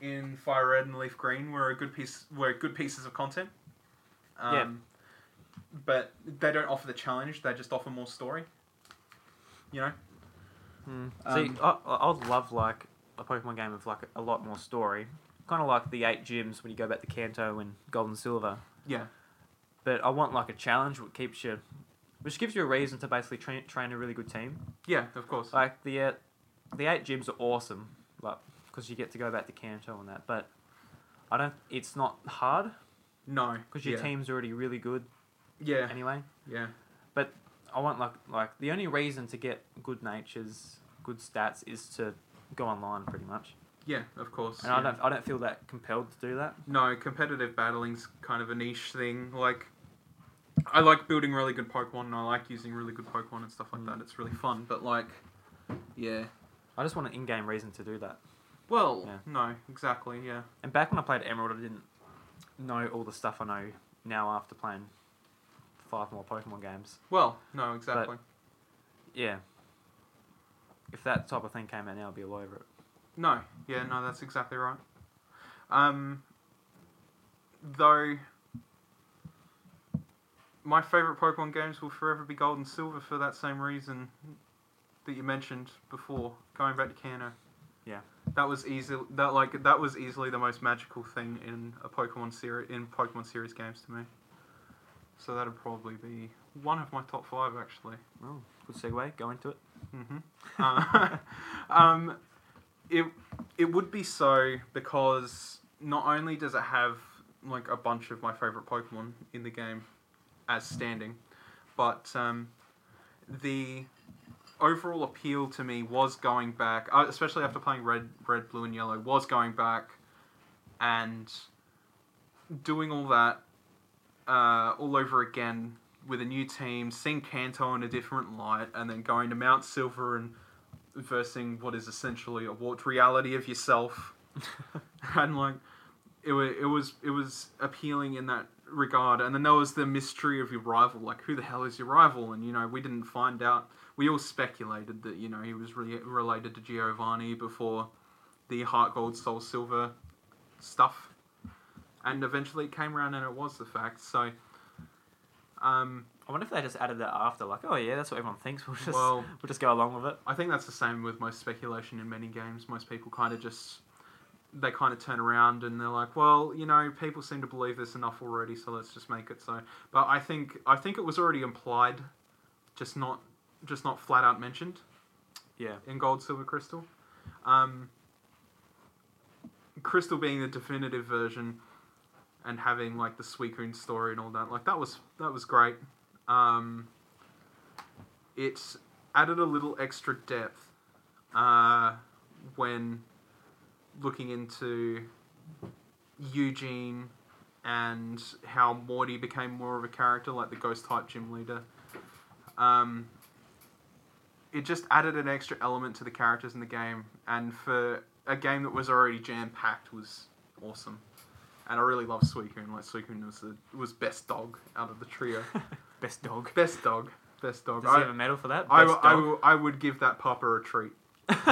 Speaker 3: in Fire Red and Leaf Green were a good piece were good pieces of content. Um,
Speaker 2: Yeah.
Speaker 3: But they don't offer the challenge; they just offer more story. You know.
Speaker 2: Mm.
Speaker 3: Um,
Speaker 2: See, I, I- I'd love like a Pokemon game with like a lot more story, kind of like the eight gyms when you go back to Kanto and Gold and Silver.
Speaker 3: Yeah.
Speaker 2: But I want like a challenge which keeps you, which gives you a reason to basically train train a really good team.
Speaker 3: Yeah, of course.
Speaker 2: Like the uh, the eight gyms are awesome, like because you get to go back to Kanto and that. But I don't. It's not hard
Speaker 3: no,
Speaker 2: because your
Speaker 3: yeah.
Speaker 2: team's already really good
Speaker 3: Yeah,
Speaker 2: anyway.
Speaker 3: yeah,
Speaker 2: I want like like the only reason to get good natures, good stats is to go online pretty much.
Speaker 3: yeah, of course.
Speaker 2: And
Speaker 3: yeah.
Speaker 2: I don't I don't feel that compelled to do that.
Speaker 3: No, competitive battling's kind of a niche thing. Like, I like building really good Pokemon, and I like using really good Pokemon and stuff like that. It's really fun, but like, yeah.
Speaker 2: I just want an in-game reason to do that.
Speaker 3: Well,
Speaker 2: Yeah.
Speaker 3: no, exactly, yeah.
Speaker 2: And back when I played Emerald, I didn't know all the stuff I know now after playing five more Pokemon games.
Speaker 3: Well, no, exactly.
Speaker 2: Yeah. If that type of thing came out now, I'd be all over it.
Speaker 3: No, yeah, no, that's exactly right. Um, though, my favorite Pokemon games will forever be Gold and Silver for that same reason that you mentioned before, going back to Kanto.
Speaker 2: Yeah.
Speaker 3: That was easy. That like that was easily the most magical thing in a Pokemon series in Pokemon series games to me. So that'd probably be one of my top five, actually.
Speaker 2: Oh, good segue. Go into it.
Speaker 3: hmm Uh, [laughs] um, it it would be so because not only does it have like a bunch of my favorite Pokemon in the game as standing, but um, the overall appeal to me was going back, uh, especially after playing Red, Red, Blue, and Yellow, was going back and doing all that uh, all over again with a new team, seeing Kanto in a different light, and then going to Mount Silver and versing what is essentially a warped reality of yourself. and like, it was it was it was appealing in that regard. And then there was the mystery of your rival, like who the hell is your rival? And you know, we didn't find out. We all speculated that you know he was really related to Giovanni before the Heart Gold Soul Silver stuff. And eventually it came around and it was the fact. So, um,
Speaker 2: I wonder if they just added that after, like, oh yeah, that's what everyone thinks. [laughs] We'll just
Speaker 3: well,
Speaker 2: we'll just go along with it.
Speaker 3: I think that's the same with most speculation in many games. Most people kind of just they kind of turn around and they're like, well, you know, people seem to believe this enough already, so let's just make it so. But I think I think it was already implied, just not just not flat out mentioned
Speaker 2: Yeah. [laughs]
Speaker 3: in gold, silver, crystal. Um, crystal being the definitive version, and having like the Suicune story and all that, like that was that was great. Um, it's added a little extra depth uh, when looking into Eugene and how Morty became more of a character, like the ghost type gym leader. Um, it just added an extra element to the characters in the game, and for a game that was already jam packed was awesome. And I really love Suicune. Like Suicune was the was best dog out of the
Speaker 2: [laughs]
Speaker 3: trio.
Speaker 2: Best dog.
Speaker 3: best dog, best dog.
Speaker 2: Does he
Speaker 3: I,
Speaker 2: have a medal for that?
Speaker 3: I,
Speaker 2: Best
Speaker 3: I,
Speaker 2: dog?
Speaker 3: I would give that papa a treat. [laughs]
Speaker 2: [laughs]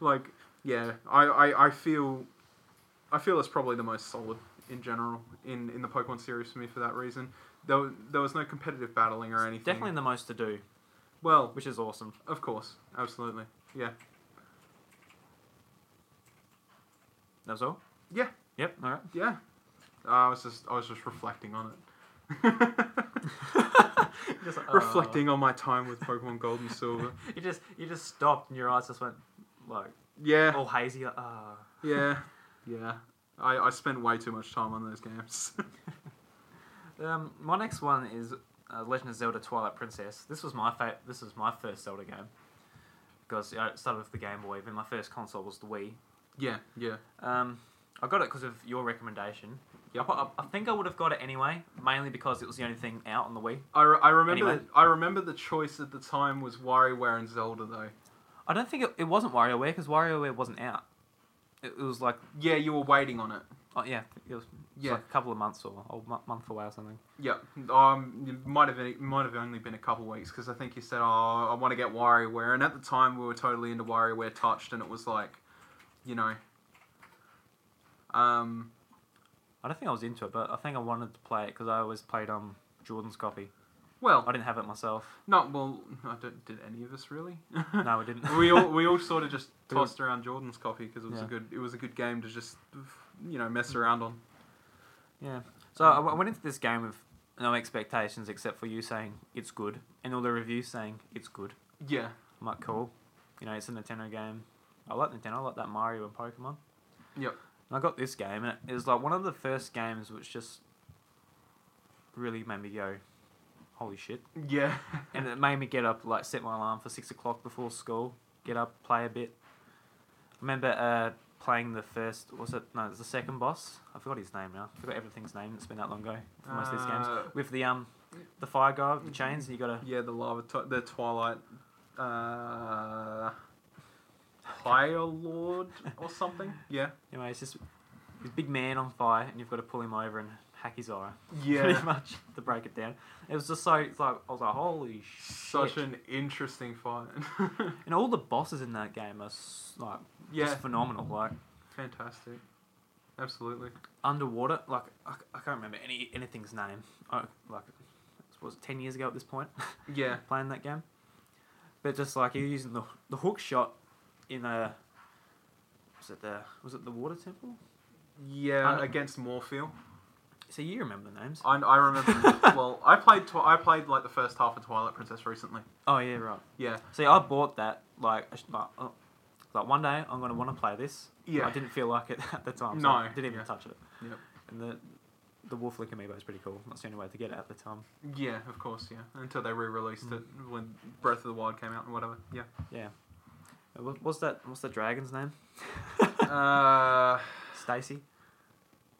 Speaker 3: like yeah, I, I, I feel I feel it's probably the most solid in general in, in the Pokemon series for me for that reason. There, wa- there was no competitive battling or anything.
Speaker 2: Definitely the most to do,
Speaker 3: Well,
Speaker 2: which is awesome.
Speaker 3: of course, absolutely, yeah.
Speaker 2: That's all.
Speaker 3: Yeah.
Speaker 2: Yep. All right.
Speaker 3: Yeah. Uh, I was just I was just reflecting on it. [laughs]
Speaker 2: [laughs] Just like,
Speaker 3: uh, reflecting on my time with Pokemon Gold and Silver.
Speaker 2: "Oh." You just you just stopped and your eyes just went like
Speaker 3: Yeah.
Speaker 2: all hazy. Like, ah.
Speaker 3: Yeah. Yeah. I, I spent way too much time on those games. [laughs]
Speaker 2: Um, my next one is uh, Legend of Zelda: Twilight Princess. This was my fa- This was my first Zelda game because I started with the Game Boy. Then my first console was the Wii.
Speaker 3: yeah, yeah.
Speaker 2: Um, I got it because of your recommendation. I,
Speaker 3: Yep.
Speaker 2: pro- I think I would have got it anyway, mainly because it was the only thing out on the Wii.
Speaker 3: I, re- I remember
Speaker 2: Anyway.
Speaker 3: I remember the choice at the time was WarioWare and Zelda though.
Speaker 2: I don't think it, it wasn't WarioWare because WarioWare wasn't out. It, it was like
Speaker 3: Yeah, you were waiting on it.
Speaker 2: oh, yeah, it was, it was
Speaker 3: Yeah.
Speaker 2: like a couple of months or a mo- month away or something.
Speaker 3: Yeah. Um it might have been, it might have only been a couple weeks cuz I think you said, "Oh, I want to get WarioWare." And at the time we were totally into WarioWare touched and it was like, you know, um
Speaker 2: I don't think I was into it, but I think I wanted to play it because I always played um Jordan's copy.
Speaker 3: well,
Speaker 2: I didn't have it
Speaker 3: [laughs]
Speaker 2: myself.
Speaker 3: Not well. I don't, did any of us really? [laughs]
Speaker 2: No, I didn't.
Speaker 3: we all we all sort of just
Speaker 2: We all-
Speaker 3: tossed around Jordan's copy because it was a
Speaker 2: Yeah.
Speaker 3: good it was a good game to just you know mess around on.
Speaker 2: [laughs] Yeah. So I, I went into this game with no expectations except for you saying it's good and all the reviews saying it's good.
Speaker 3: Yeah,
Speaker 2: I'm like, cool. You know, it's a Nintendo game. I like Nintendo. I like that Mario and Pokemon.
Speaker 3: Yep.
Speaker 2: And I got this game, and it was like one of the first games which just really made me go, holy shit.
Speaker 3: yeah,
Speaker 2: And it made me get up, like, set my alarm for six o'clock before school, get up, play a bit. I remember uh, playing the first, was it? No, it was the second boss. I forgot his name now. I forgot everything's name. It's been that long ago for most of these games.
Speaker 3: Uh, mm-hmm.
Speaker 2: With the um, the fire guy with the chains, and you gotta.
Speaker 3: yeah. The lava, tw- the Twilight, uh, Higher Lord or something. Yeah,
Speaker 2: Anyway, it's just this big man on fire, and you've got to pull him over and hack his eye. [laughs] pretty
Speaker 3: yeah.
Speaker 2: much to break it down. It was just so it's like I was like, holy shit!
Speaker 3: Such an interesting fight. [laughs]
Speaker 2: and all the bosses in that game are s- like
Speaker 3: yeah,
Speaker 2: just phenomenal. Like
Speaker 3: fantastic. Absolutely.
Speaker 2: underwater, like I, c- I can't remember any anything's name. I, like it was ten years ago at this point
Speaker 3: Yeah,
Speaker 2: [laughs] playing that game, but just like you're using the the hook shot in a was it the was it the water temple?
Speaker 3: yeah.
Speaker 2: Um,
Speaker 3: against Morpheal.
Speaker 2: So you remember the names?
Speaker 3: I, I remember. [laughs] well, I played. Twi- I played like the first half of Twilight Princess recently.
Speaker 2: Oh yeah, right.
Speaker 3: Yeah.
Speaker 2: See, I bought that like I sh- like, uh, like one day I'm gonna want to play this.
Speaker 3: Yeah.
Speaker 2: I didn't feel like it [laughs] at the time. So
Speaker 3: No,
Speaker 2: I didn't even
Speaker 3: yeah.
Speaker 2: touch it.
Speaker 3: Yep.
Speaker 2: And the the Wolf Lick amiibo is pretty cool. That's the only way to get it at the time.
Speaker 3: Yeah, of course. Yeah, until they re-released it when Breath of the Wild came out and whatever. Yeah.
Speaker 2: Yeah. Uh, what- What's that? What's the dragon's name?
Speaker 3: [laughs]
Speaker 2: [laughs]
Speaker 3: uh, [laughs]
Speaker 2: Stacy.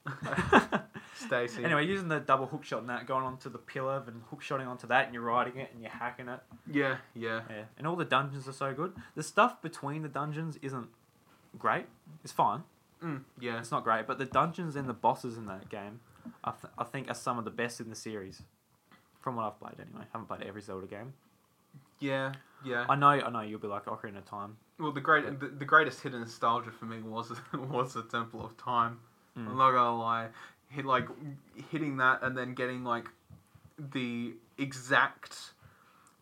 Speaker 2: [laughs]
Speaker 3: Stacy.
Speaker 2: Anyway, using the double hook shot and that, going onto the pillar and hook shotting onto that, and you're riding it and you're hacking it.
Speaker 3: Yeah, yeah.
Speaker 2: Yeah. And all the dungeons are so good. The stuff between the dungeons isn't great. It's fine.
Speaker 3: Mm, yeah.
Speaker 2: It's not great, but the dungeons and the bosses in that game, I, th- I think, are some of the best in the series. From what I've played, anyway. I haven't played every Zelda game.
Speaker 3: Yeah. Yeah.
Speaker 2: I know, I know. You'll be like Ocarina of Time.
Speaker 3: Well, the great, the, the greatest hidden nostalgia for me was [laughs] was the Temple of Time.
Speaker 2: Mm.
Speaker 3: I'm not gonna lie, hit like hitting that and then getting like the exact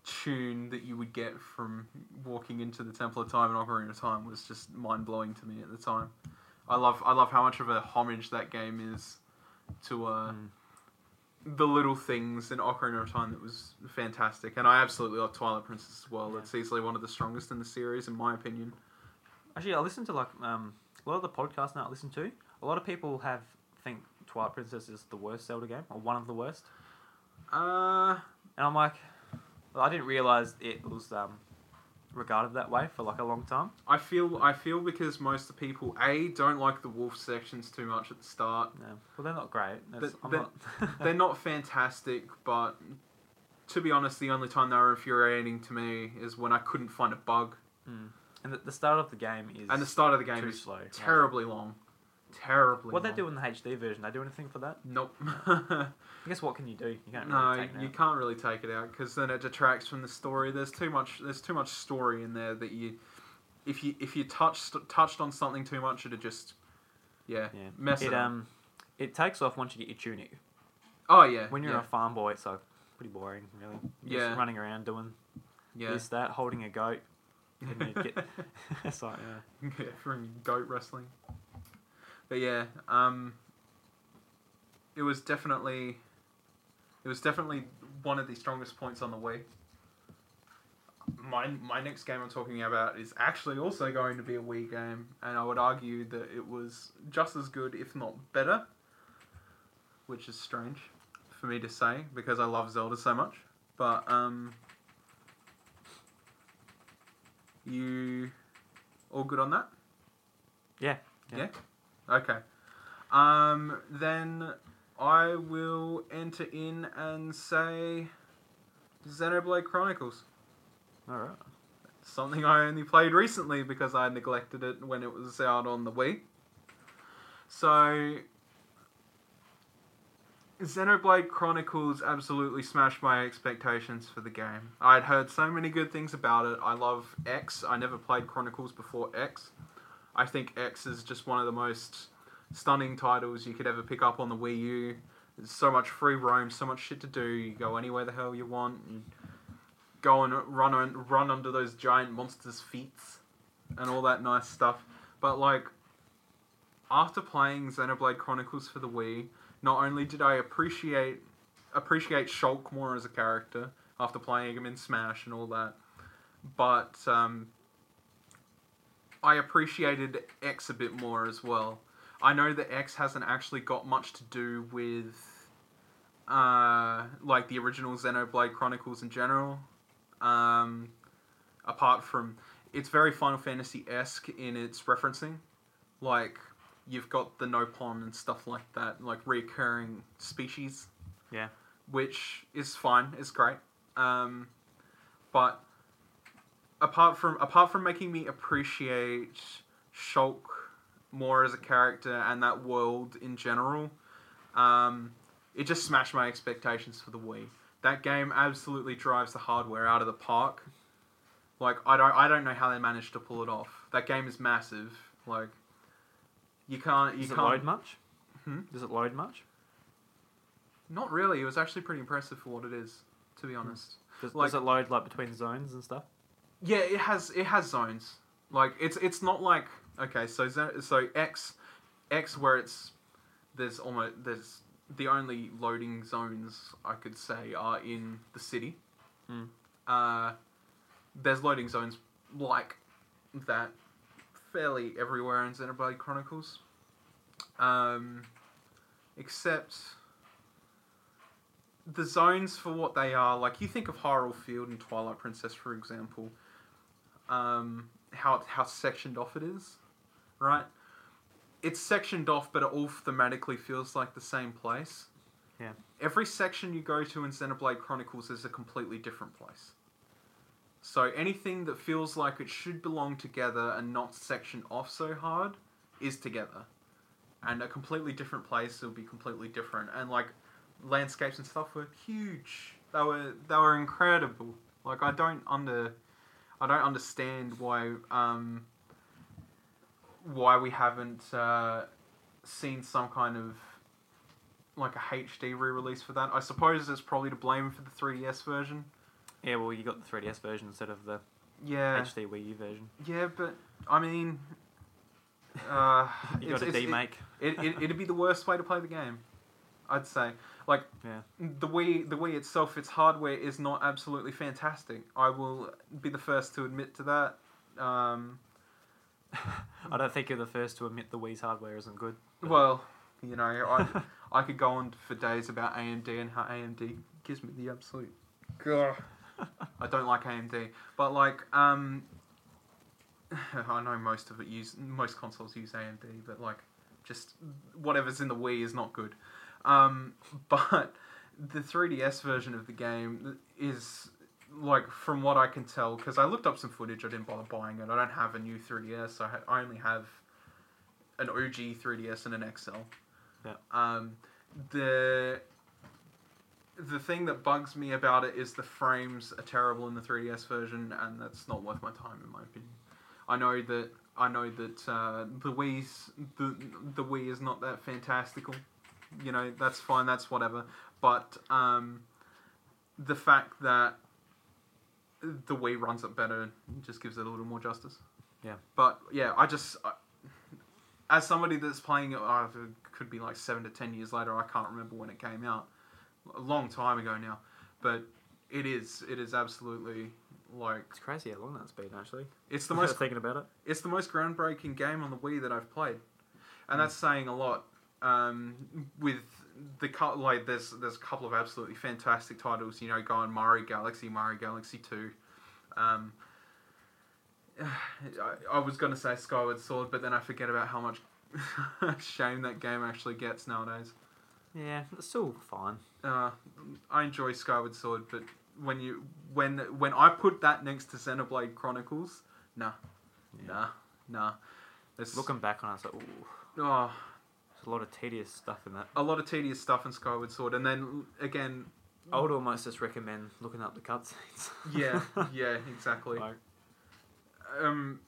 Speaker 3: tune that you would get from walking into the Temple of Time and Ocarina of Time was just mind blowing to me at the time. I love I love how much of a homage that game is to uh,
Speaker 2: Mm.
Speaker 3: the little things in Ocarina of Time that was fantastic, and I absolutely love Twilight Princess as well.
Speaker 2: Yeah.
Speaker 3: It's easily one of the strongest in the series, in my opinion.
Speaker 2: Actually, I listen to like um, a lot of the podcasts now. I listen to a lot of people have think Twilight Princess is the worst Zelda game or one of the worst,
Speaker 3: Uh,
Speaker 2: and I'm like, well, I didn't realize it was um, regarded that way for like a long time.
Speaker 3: I feel I feel because most of the people a don't like the wolf sections too much at
Speaker 2: [laughs]
Speaker 3: the start.
Speaker 2: Yeah. Well, they're not great. That's,
Speaker 3: But-
Speaker 2: I'm
Speaker 3: but [laughs]
Speaker 2: not...
Speaker 3: They're not fantastic, but to be honest, the only time they were infuriating to me is when I couldn't find a bug.
Speaker 2: [laughs] and the, the start of the game is
Speaker 3: And the start of the game
Speaker 2: too
Speaker 3: is
Speaker 2: slow. like-
Speaker 3: terribly long, terribly.
Speaker 2: What they
Speaker 3: long.
Speaker 2: do in the HD version? They do anything for that?
Speaker 3: Nope. [laughs]
Speaker 2: I guess what can you do? You can't really
Speaker 3: no,
Speaker 2: take it
Speaker 3: you
Speaker 2: out.
Speaker 3: can't really take it out because then it detracts from the story. There's too much. There's too much story in there that you, if you if you touched touched on something too much, it'd just, yeah,
Speaker 2: Yeah.
Speaker 3: mess
Speaker 2: it
Speaker 3: it up.
Speaker 2: um, it takes off once you get your tunic.
Speaker 3: Oh yeah.
Speaker 2: When you're
Speaker 3: yeah,
Speaker 2: a farm boy, it's like pretty boring, really. You're
Speaker 3: Yeah.
Speaker 2: Just running around doing
Speaker 3: yeah.
Speaker 2: this, that, holding a goat. [laughs] And you get,
Speaker 3: [laughs]
Speaker 2: it's like, yeah.
Speaker 3: Yeah, [laughs] from goat wrestling. But yeah, um, it was definitely, it was definitely one of the strongest points on the Wii. My my next game I'm talking about is actually also going to be a Wii game, and I would argue that it was just as good, if not better. Which is strange for me to say because I love Zelda so much, but um, you all good on that?
Speaker 2: Yeah,
Speaker 3: Yeah.
Speaker 2: yeah.
Speaker 3: Okay. Um, then I will enter in and say Xenoblade Chronicles.
Speaker 2: All right.
Speaker 3: Something I only played recently because I neglected it when it was out on the Wii. So, Xenoblade Chronicles absolutely smashed my expectations for the game. I'd heard so many good things about it. I love X. I never played Chronicles before X. I think X is just one of the most stunning titles you could ever pick up on the Wii U. There's so much free roam, so much shit to do. You go anywhere the hell you want. You go and run on, run under those giant monsters' feet and all that nice stuff. But like after playing Xenoblade Chronicles for the Wii, not only did I appreciate appreciate Shulk more as a character after playing him in Smash and all that, but um, I appreciated X a bit more as well. I know that X hasn't actually got much to do with uh, like the original Xenoblade Chronicles in general. Um, apart from it's very Final Fantasy esque in its referencing, like you've got the Nopon and stuff like that, like reoccurring species
Speaker 2: Yeah.
Speaker 3: which is fine. It's great. Um, but apart from apart from making me appreciate Shulk more as a character and that world in general, um, it just smashed my expectations for the Wii. That game absolutely drives the hardware out of the park. Like I don't I don't know how they managed to pull it off. That game is massive. Like you can't you
Speaker 2: Does it
Speaker 3: can't
Speaker 2: load much?
Speaker 3: Hmm?
Speaker 2: Does it load much?
Speaker 3: not really. It was actually pretty impressive for what it is, to be honest.
Speaker 2: Does,
Speaker 3: Like-
Speaker 2: does it load like between zones and stuff?
Speaker 3: Yeah, it has it has zones. Like it's it's not like okay, so zo- so X X where it's there's almost there's the only loading zones I could say are in the city.
Speaker 2: Mm.
Speaker 3: Uh, there's loading zones like that fairly everywhere in Xenoblade Chronicles. Um, except the zones for what they are, like you think of Hyrule Field and Twilight Princess, for example, um, how, how sectioned off it is, right? It's sectioned off, but it all thematically feels like the same place.
Speaker 2: Yeah.
Speaker 3: Every section you go to in Xenoblade Chronicles is a completely different place. So anything that feels like it should belong together and not sectioned off so hard is together. And a completely different place will be completely different. And like landscapes and stuff were huge. They were they were incredible. Like I don't under I don't understand why um why we haven't uh, seen some kind of like a HD re-release for that. I suppose it's probably to blame for the 3DS version.
Speaker 2: Yeah, well, you got the 3DS version instead of the
Speaker 3: Yeah.
Speaker 2: HD Wii U version.
Speaker 3: Yeah, but I mean, uh,
Speaker 2: You
Speaker 3: it's-
Speaker 2: got a
Speaker 3: it's-
Speaker 2: D make.
Speaker 3: It, it, it'd be the worst way to play the game, I'd say. Like
Speaker 2: Yeah.
Speaker 3: the Wii, the Wii itself, its hardware is not absolutely fantastic. I will be the first to admit to that. Um,
Speaker 2: I don't think you're the first to admit the Wii's hardware isn't good.
Speaker 3: well, you know, I I could go on for days about AMD and how AMD gives me the absolute. Gah. I don't like AMD, but like um, [laughs] I know most of it use most consoles use AMD, but like just whatever's in the Wii is not good. Um, [laughs] but the 3DS version of the game is like from what I can tell because I looked up some footage. I didn't bother buying it. I don't have a new 3DS. I, ha- I only have an OG 3DS and an XL.
Speaker 2: Yeah.
Speaker 3: Um, the the thing that bugs me about it is the frames are terrible in the 3DS version, and that's not worth my time in my opinion. I know that I know that uh, the Wii's the the Wii is not that fantastical. You know that's fine, that's whatever. But um, the fact that the Wii runs it better just gives it a little more justice.
Speaker 2: Yeah.
Speaker 3: But yeah, I just I, as somebody that's playing it, uh, it could be like seven to ten years later. I can't remember when it came out. A long time ago now, but it is it is absolutely like
Speaker 2: It's crazy how long that's been, actually.
Speaker 3: it's
Speaker 2: [laughs]
Speaker 3: the most
Speaker 2: thinking about it.
Speaker 3: it's the most groundbreaking game on the Wii that I've played, and that's saying a lot. Um, with the cou- like, there's there's a couple of absolutely fantastic titles. You know, going Mario Galaxy, Mario Galaxy Two. Um, [sighs] I, I was gonna say Skyward Sword, but then I forget about how much [laughs] shame that game actually gets nowadays.
Speaker 2: Yeah, it's still fine.
Speaker 3: Uh, I enjoy Skyward Sword, but when you when when I put that next to Xenoblade Chronicles, nah,
Speaker 2: Yeah.
Speaker 3: nah, nah. It's,
Speaker 2: Looking back on it, it's like, ooh,
Speaker 3: oh,
Speaker 2: there's a lot of tedious stuff in that.
Speaker 3: a lot of tedious stuff in Skyward Sword, and then again,
Speaker 2: I would almost just recommend looking up the cutscenes. [laughs]
Speaker 3: yeah, yeah, exactly.
Speaker 2: Like,
Speaker 3: Um,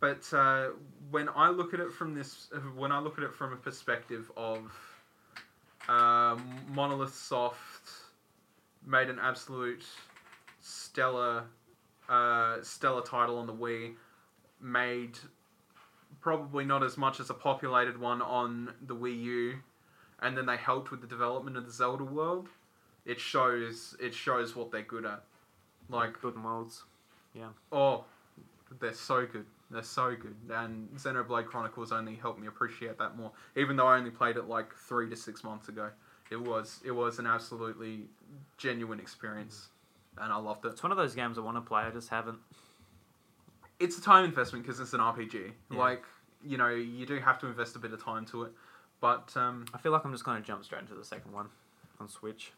Speaker 3: but uh, when I look at it from this, when I look at it from a perspective of um, Monolith Soft made an absolute stellar, uh, stellar title on the Wii, made probably not as much as a populated one on the Wii U, and then they helped with the development of the Zelda world. It shows. It shows what they're good at. Like
Speaker 2: Good and Worlds.
Speaker 3: Oh, they're so good. They're so good. And Xenoblade Chronicles only helped me appreciate that more. Even though I only played it like three to six months ago, it was it was an absolutely genuine experience, and I loved it.
Speaker 2: It's one of those games I want to play, I just haven't.
Speaker 3: It's a time investment because it's an RPG.
Speaker 2: Yeah.
Speaker 3: Like you know, you do have to invest a bit of time to it, but um,
Speaker 2: I feel like I'm just going to jump straight into the second one on Switch.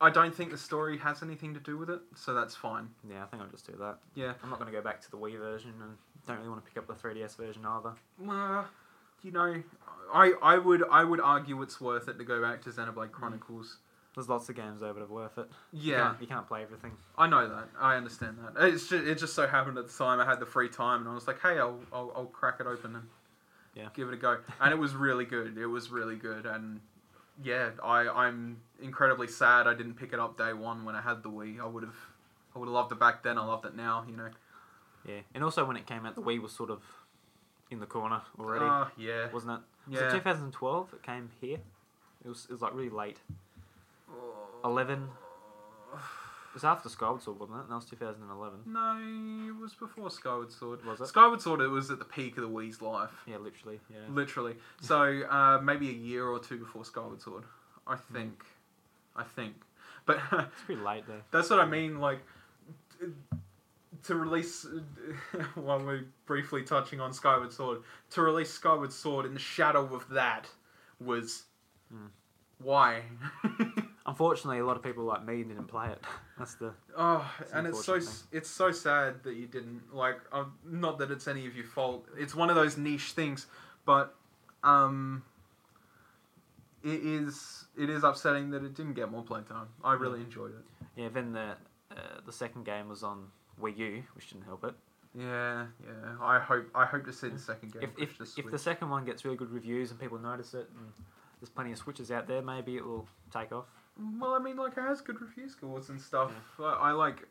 Speaker 3: I don't think the story has anything to do with it, so that's fine.
Speaker 2: Yeah, I think I'll just do that.
Speaker 3: Yeah.
Speaker 2: I'm not going to go back to the Wii version and don't really want to pick up the 3DS version either.
Speaker 3: Well, you know, I I would I would argue it's worth it to go back to Xenoblade Chronicles.
Speaker 2: There's lots of games though that are worth it. You
Speaker 3: Yeah.
Speaker 2: can't, you can't play everything.
Speaker 3: I know that. I understand that. It's just, it just so happened at the time I had the free time and I was like, hey, I'll, I'll, I'll crack it open and
Speaker 2: Yeah.
Speaker 3: give it a go. And it was really good. It was really good. And yeah, I, I'm incredibly sad I didn't pick it up day one when I had the Wii. I would have I would have loved it back then. I loved it now, you know.
Speaker 2: Yeah. And also when it came out, the Wii was sort of in the corner already,
Speaker 3: Ah, yeah.
Speaker 2: wasn't it? Was
Speaker 3: Yeah.
Speaker 2: it 2012? It came here. It was, it was like really late.
Speaker 3: Oh,
Speaker 2: 11. It was after Skyward Sword, wasn't it? And that was 2011.
Speaker 3: No, it was before Skyward Sword.
Speaker 2: Was it?
Speaker 3: Skyward Sword, it was at the peak of the Wii's life,
Speaker 2: Yeah, literally. Yeah.
Speaker 3: literally. So uh, maybe a year or two before Skyward Sword, I think. I think, but [laughs]
Speaker 2: It's pretty late though.
Speaker 3: that's what I mean. Like t- to release [laughs] while we're briefly touching on Skyward Sword, to release Skyward Sword in the shadow of that was
Speaker 2: Mm.
Speaker 3: why. [laughs]
Speaker 2: Unfortunately, a lot of people like me didn't play it. [laughs] That's the
Speaker 3: Oh,
Speaker 2: It's
Speaker 3: and it's so
Speaker 2: unfortunate.
Speaker 3: s- it's so sad that you didn't like. Um, not that it's any of your fault. It's one of those niche things, but um, it is it is upsetting that it didn't get more playtime. I really enjoyed it.
Speaker 2: yeah. Then the uh, the second game was on Wii U, which didn't help it.
Speaker 3: Yeah, yeah. I hope I hope to see the second game.
Speaker 2: if if,
Speaker 3: pushed this
Speaker 2: if the
Speaker 3: week.
Speaker 2: second one gets really good reviews and people notice it, and there's plenty of switches out there, maybe it will take off. [laughs]
Speaker 3: well, I mean, like it has good review scores and stuff. I, I like.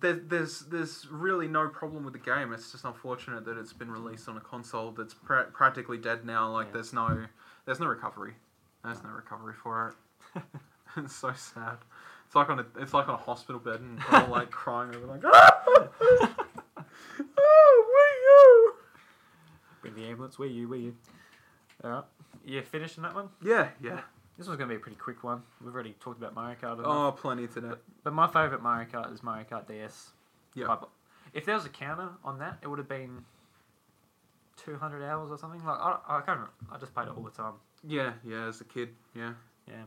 Speaker 3: There, there's there's really no problem with the game. It's just unfortunate that it's been released on a console that's pra- practically dead now. Like
Speaker 2: Yeah.
Speaker 3: there's no there's no recovery. There's no recovery for it. it's so sad. It's like on a it's like on a hospital bed and we're all like crying over like ah! oh
Speaker 2: Bring the ambulance. Where you? Where you? All right. You finishing that one?
Speaker 3: wee you yeah yeah
Speaker 2: This one's gonna be a pretty quick one. We've already talked about Mario Kart. enough.
Speaker 3: oh plenty today
Speaker 2: But my favourite Mario Kart is Mario Kart DS.
Speaker 3: Yeah.
Speaker 2: Like, If there was a counter on that, it would have been 200 hours or something. Like I, I can't remember. I just played it all the time.
Speaker 3: yeah yeah as a kid yeah
Speaker 2: Yeah.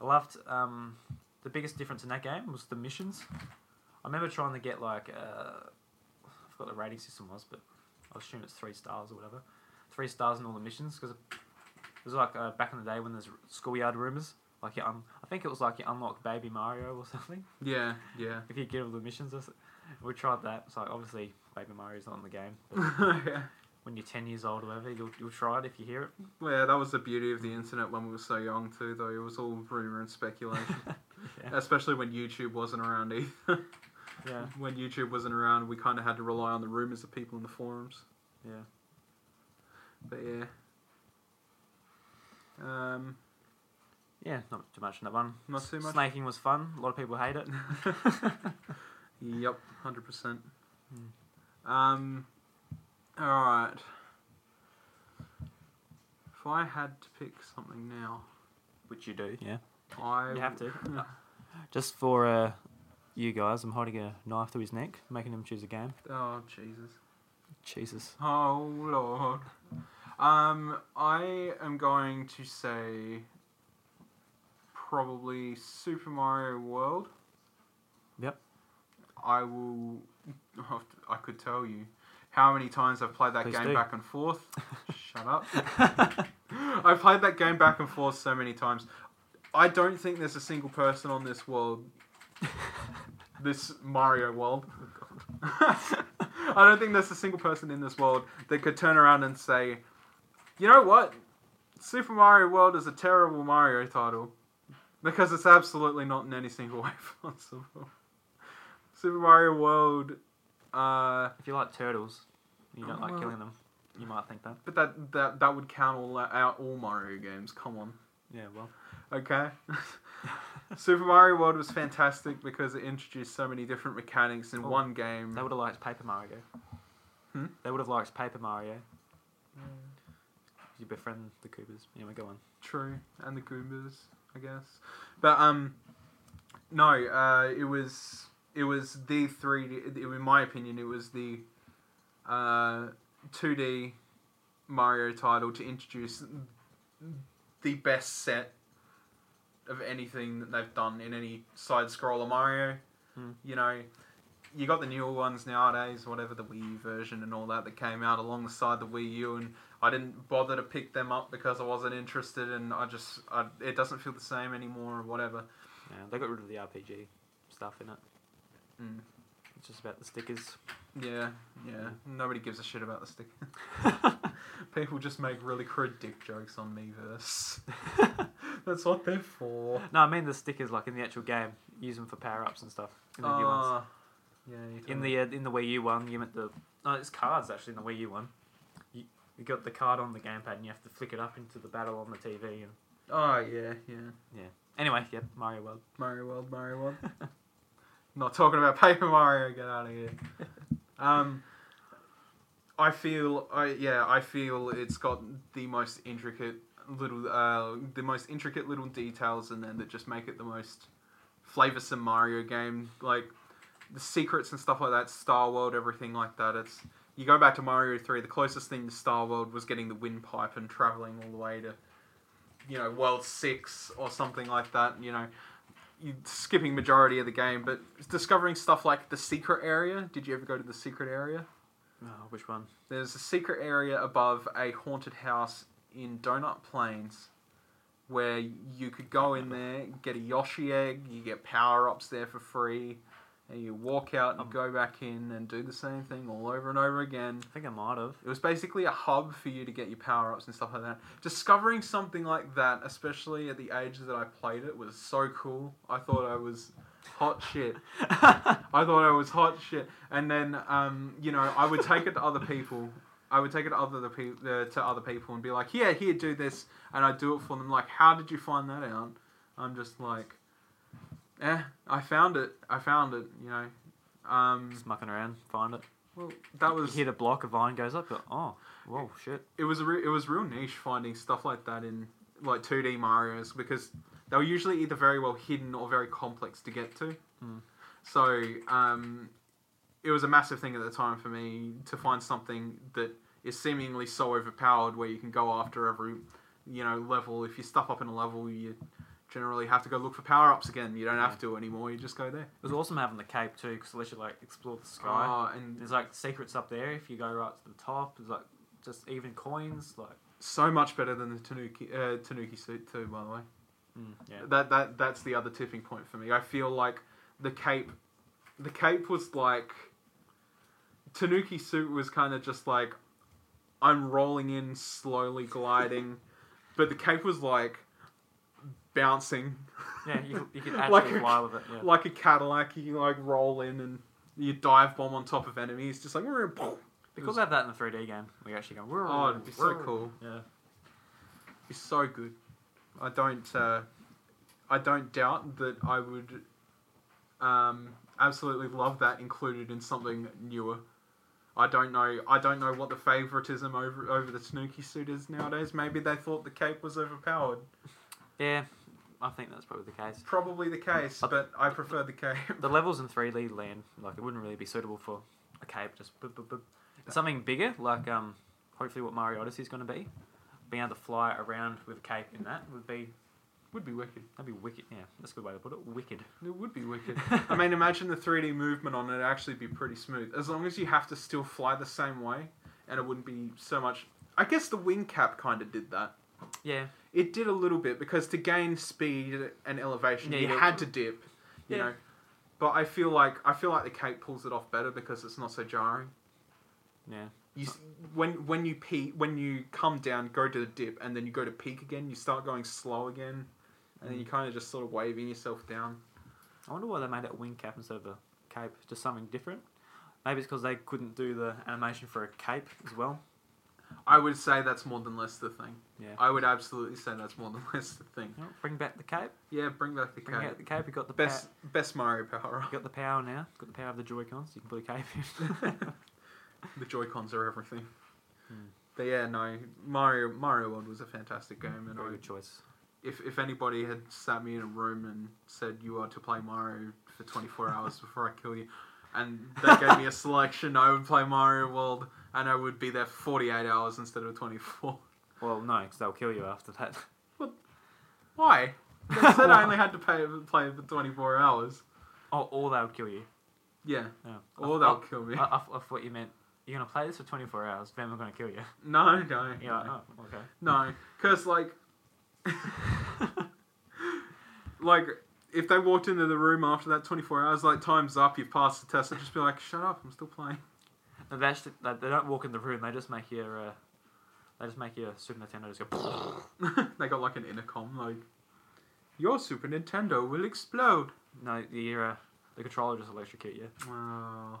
Speaker 2: I loved um, the biggest difference in that game was the missions. I remember trying to get like uh, I forgot the rating system was, but I assume it's three stars or whatever. Three stars in all the missions because it was like uh, back in the day when there's schoolyard rumors. Like you un- I think it was like you unlock Baby Mario or [laughs] something
Speaker 3: yeah yeah [laughs]
Speaker 2: if you get all the missions. that's- We tried that. So obviously, Baby Mario's not in the game.
Speaker 3: [laughs]
Speaker 2: But
Speaker 3: yeah.
Speaker 2: when you're 10 years old or whatever, you'll, you'll try it if you hear it.
Speaker 3: Yeah, that was the beauty of the internet when we were so young too, though. It was all rumor and speculation,
Speaker 2: [laughs] Yeah.
Speaker 3: especially when YouTube wasn't around either.
Speaker 2: Yeah.
Speaker 3: [laughs] when YouTube wasn't around, we kind of had to rely on the rumors of people in the forums.
Speaker 2: Yeah.
Speaker 3: But yeah. Um, [laughs]
Speaker 2: Yeah, not too much in that one.
Speaker 3: Not too much.
Speaker 2: Snaking was fun. A lot of people hate it.
Speaker 3: yep, hundred percent.
Speaker 2: Hmm.
Speaker 3: Um, all right. If I had to pick something now,
Speaker 2: Which you do. Yeah.
Speaker 3: I
Speaker 2: You have
Speaker 3: w-
Speaker 2: to. [laughs] Just for uh, you guys, I'm holding a knife to his neck, making him choose a game.
Speaker 3: Oh Jesus. [laughs]
Speaker 2: Jesus. [laughs]
Speaker 3: Oh lord. Um, I am going to say probably Super Mario World.
Speaker 2: Yep.
Speaker 3: I will. [laughs] I could tell you how many times I've played that
Speaker 2: Please
Speaker 3: game
Speaker 2: do.
Speaker 3: back and forth.
Speaker 2: [laughs]
Speaker 3: Shut up. I've played that game back and forth so many times. I don't think there's a single person on this world, this Mario world. [laughs] I don't think there's a single person in this world that could turn around and say, you know what? Super Mario World is a terrible Mario title because it's absolutely not in any single [laughs] way possible. Super Mario World, uh,
Speaker 2: If you like turtles, you don't like
Speaker 3: Well-
Speaker 2: killing them. You might think that.
Speaker 3: but that that that would count all out all Mario games. Come on.
Speaker 2: Yeah, well.
Speaker 3: Okay. [laughs] Super Mario World was fantastic because it introduced so many different mechanics in
Speaker 2: Oh,
Speaker 3: one game.
Speaker 2: They would have liked Paper Mario.
Speaker 3: Hmm?
Speaker 2: They would have liked Paper Mario. Hmm. You befriend the Coopers. Anyway, go on.
Speaker 3: True, and the Goombas, I guess. But um, no, uh, it was it was the three. D- It, in my opinion, it was the uh two D Mario title to introduce the best set of anything that they've done in any side scroller Mario.
Speaker 2: Hmm.
Speaker 3: You know. You got the newer ones nowadays, whatever the Wii version and all that that came out alongside the Wii U, and I didn't bother to pick them up because I wasn't interested, and I just I, it doesn't feel the same anymore or whatever.
Speaker 2: Yeah, they got rid of the RPG stuff in it. Hmm.
Speaker 3: Mm.
Speaker 2: It's just about the stickers. [laughs]
Speaker 3: Yeah, yeah. Nobody gives a shit about the stick. [laughs] People just make really crude dick jokes on Miiverse. [laughs] That's what they're for.
Speaker 2: No, I mean the stickers, like in the actual game. Use them for power ups and stuff. In the new ones.
Speaker 3: Ah, yeah. you
Speaker 2: In
Speaker 3: don't-
Speaker 2: the uh, in the Wii U one, you meant the no, it's cards actually in the Wii U one. You, You got the card on the gamepad and you have to flick it up into the battle on the TV. And
Speaker 3: Oh yeah, yeah.
Speaker 2: anyway, yep, Mario World.
Speaker 3: Mario World, Mario World. [laughs] Not talking about Paper Mario. Get out of here. Um, I feel, I yeah, I feel it's got the most intricate little, uh, the most intricate little details in there that just make it the most flavorsome Mario game. Like the secrets and stuff like that, Star World, everything like that. It's you go back to Mario Three. The closest thing to Star World was getting the windpipe and traveling all the way to, you know, World Six or something like that. You know you skipping majority of the game, but discovering stuff like the secret area. Did you ever go to the secret area?
Speaker 2: Oh, which one?
Speaker 3: There's a secret area above a haunted house in Donut Plains where you could go in there, get a Yoshi egg, you get power ups there for free, and you walk out and
Speaker 2: Um.
Speaker 3: go back in and do the same thing all over and over again.
Speaker 2: I think I might have.
Speaker 3: It was basically a hub for you to get your power ups and stuff like that. Discovering something like that, especially at the age that I played it, was so cool. I thought I was hot shit. I thought I was hot shit. And then, um, you know, I would take it to other people. I would take it to other the peop uh, to other people and be like, "Yeah, here, do this," and I'd do it for them. Like, how did you find that out? I'm just like, eh, I found it. I found it. You know, um,
Speaker 2: [laughs] Just mucking around, find it.
Speaker 3: well, that
Speaker 2: You
Speaker 3: was
Speaker 2: hit a block, a vine goes up. But, oh, whoa, shit.
Speaker 3: it was re- it was real niche finding stuff like that in like 2D Mario's because they were usually either very well hidden or very complex to get to.
Speaker 2: Mm.
Speaker 3: So um, it was a massive thing at the time for me to find something that is seemingly so overpowered where you can go after every you know level. If you stuff up in a level, you generally have to go look for power ups again. You don't have to anymore. You just go there.
Speaker 2: It was awesome having the cape too, because it lets you like explore the sky.
Speaker 3: Oh, and
Speaker 2: There's like secrets up there if you go right to the top. There's like just even coins, like
Speaker 3: so much better than the Tanuki uh, Tanuki suit too. By the way.
Speaker 2: mm, yeah.
Speaker 3: that that that's the other tipping point for me. I feel like the cape, the cape was like Tanuki suit was kind of just like I'm rolling in slowly gliding, but the cape was like bouncing
Speaker 2: Yeah, you, you
Speaker 3: [laughs]
Speaker 2: could
Speaker 3: Like
Speaker 2: actually
Speaker 3: a-
Speaker 2: fly with it. Yeah.
Speaker 3: like a Cadillac. You like roll in and you dive bomb on top of enemies, just like [laughs] oh,
Speaker 2: They could have that in the 3D game. We actually go. Oh,
Speaker 3: it'd be so cool.
Speaker 2: Yeah.
Speaker 3: It's so good. I don't. Uh, I don't doubt that I would. Um, absolutely love that included in something newer. I don't know. I don't know what the favoritism over over the Tanuki suit is nowadays. Maybe they thought the cape was overpowered.
Speaker 2: Yeah, I think that's probably the case.
Speaker 3: Probably the case, but I prefer the cape. [laughs]
Speaker 2: The levels in 3D land, like, it wouldn't really be suitable for a cape. Just boop, boop, boop. something bigger, like, um, hopefully what Mario Odyssey is going to be. Being able to fly around with a cape in that would be
Speaker 3: would be wicked.
Speaker 2: that'd be wicked. Yeah, that's a good way to put it. Wicked.
Speaker 3: It would
Speaker 2: [laughs]
Speaker 3: be wicked. I mean, imagine the 3D movement on it. It'd actually be pretty smooth. As long as you have to still fly the same way, and it wouldn't be so much. I guess the wing cap kind of did that.
Speaker 2: Yeah,
Speaker 3: It did a little bit because to gain speed and elevation,
Speaker 2: Yeah,
Speaker 3: you
Speaker 2: yeah.
Speaker 3: had to dip. You
Speaker 2: Yeah.
Speaker 3: know, but I feel like I feel like the cape pulls it off better because it's not so jarring.
Speaker 2: yeah.
Speaker 3: You s- when when you peak when you come down, go to the dip, and then you go to peak again. You start going slow again, and
Speaker 2: Mm.
Speaker 3: then you kind of just sort of waving yourself down.
Speaker 2: I wonder why they made it a wing cap instead of a cape. Just something different. Maybe it's because they couldn't do the animation for a cape as well.
Speaker 3: I would say that's more than less the thing.
Speaker 2: Yeah.
Speaker 3: I would absolutely say that's more than [laughs] less the thing.
Speaker 2: You know, bring back the cape.
Speaker 3: Yeah, bring back the
Speaker 2: Bring
Speaker 3: cape.
Speaker 2: out the cape. You got the pa-
Speaker 3: Best best Mario power
Speaker 2: you
Speaker 3: up.
Speaker 2: got the power now. Got the power of the Joy Cons. You can put a cape in. [laughs]
Speaker 3: The Joy Cons are everything.
Speaker 2: Hmm.
Speaker 3: But yeah, no, Mario Mario World was a fantastic game, and
Speaker 2: Very
Speaker 3: I,
Speaker 2: good choice.
Speaker 3: if if anybody had sat me in a room and said you are to play Mario for twenty four
Speaker 2: [laughs]
Speaker 3: hours before I kill you, and they gave me a selection, I would play Mario World, and I would be there forty eight hours instead of twenty four.
Speaker 2: Well, no, because they'll kill you after that.
Speaker 3: [laughs] Why? They said I only had to pay, play it for twenty four hours.
Speaker 2: Oh, or they'll kill you.
Speaker 3: Yeah,
Speaker 2: No.
Speaker 3: or
Speaker 2: I,
Speaker 3: they'll kill me.
Speaker 2: I, I, I thought you meant you're gonna play this for 24 hours. Then we're gonna kill you.
Speaker 3: [laughs]
Speaker 2: [laughs]
Speaker 3: No, no,
Speaker 2: You're like,
Speaker 3: no.
Speaker 2: oh, okay.
Speaker 3: No, because like, like if they walked into the room after that twenty four hours, like time's up, you've passed the test, I'd just be like, shut up, I'm still playing. [laughs]
Speaker 2: No, they, actually, they, they don't walk in the room. They just make your. Uh, they just make your Super Nintendo just go. [laughs]
Speaker 3: they got like an intercom, like your Super Nintendo will explode.
Speaker 2: no, the uh, the controller just electrocute you.
Speaker 3: Oh,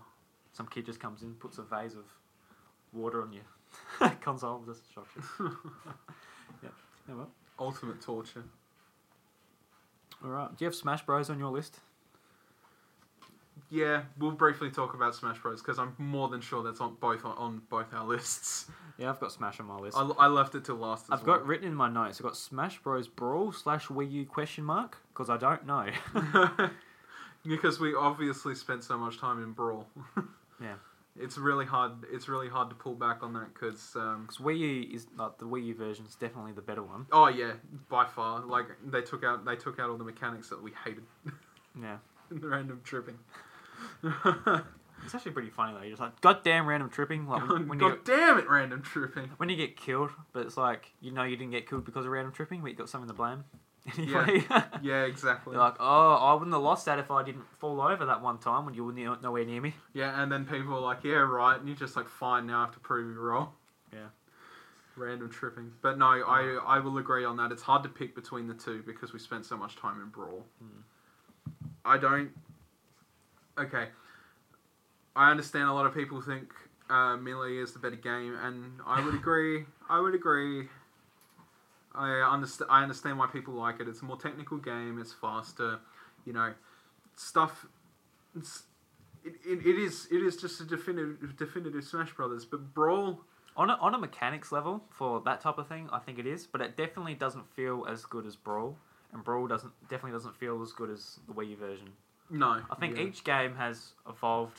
Speaker 2: Some kid just comes in, puts a vase of water on your [laughs] Console destruction. [laughs] yeah. Yeah, well.
Speaker 3: Ultimate torture.
Speaker 2: All right. Do you have Smash Bros on your list?
Speaker 3: Yeah, we'll briefly talk about Smash Bros. because I'm more than sure that's on both on, on both our lists.
Speaker 2: Yeah, I've got Smash on my list.
Speaker 3: I, I left it till last. As
Speaker 2: I've
Speaker 3: well.
Speaker 2: got written in my notes. I've got Smash Bros Brawl slash Wii U question mark because I don't know. [laughs]
Speaker 3: [laughs] because we obviously spent so much time in Brawl. [laughs]
Speaker 2: Yeah.
Speaker 3: It's really hard. It's really hard to pull back on that because. Um,
Speaker 2: Because Wii U is like the Wii U version is definitely the better one.
Speaker 3: oh yeah, by far. Like they took out they took out all the mechanics that we hated [laughs]
Speaker 2: Yeah.
Speaker 3: in the random tripping. [laughs]
Speaker 2: It's actually pretty funny though. You're just like goddamn random tripping.
Speaker 3: [laughs]
Speaker 2: Like when, when you
Speaker 3: God
Speaker 2: get,
Speaker 3: damn it, random tripping.
Speaker 2: when you get killed, but it's like you know you didn't get killed because of random tripping, but you got something to blame. [laughs]
Speaker 3: Yeah.
Speaker 2: Anyway.
Speaker 3: Yeah,
Speaker 2: [laughs]
Speaker 3: exactly.
Speaker 2: You're like, oh, I wouldn't have lost that if I didn't fall over that one time when you were near, nowhere near me.
Speaker 3: Yeah, and then people are like, yeah, right, and you're just like, fine, now I have to prove you wrong.
Speaker 2: Yeah.
Speaker 3: Random tripping. But no, I, I will agree on that. It's hard to pick between the two because we spent so much time in Brawl.
Speaker 2: Mm.
Speaker 3: I don't. Okay. I understand a lot of people think uh, Melee is the better game, and I would agree. I would agree. I understand. I understand why people like it. It's a more technical game. It's faster. You know, stuff. It's, it, it, it is it is just a definitive definitive Smash Brothers. But Brawl,
Speaker 2: On a, on a mechanics level for that type of thing, I think it is, but it definitely doesn't feel as good as Brawl, and Brawl doesn't definitely doesn't feel as good as the Wii U version.
Speaker 3: no.
Speaker 2: I think
Speaker 3: Yeah.
Speaker 2: each game has evolved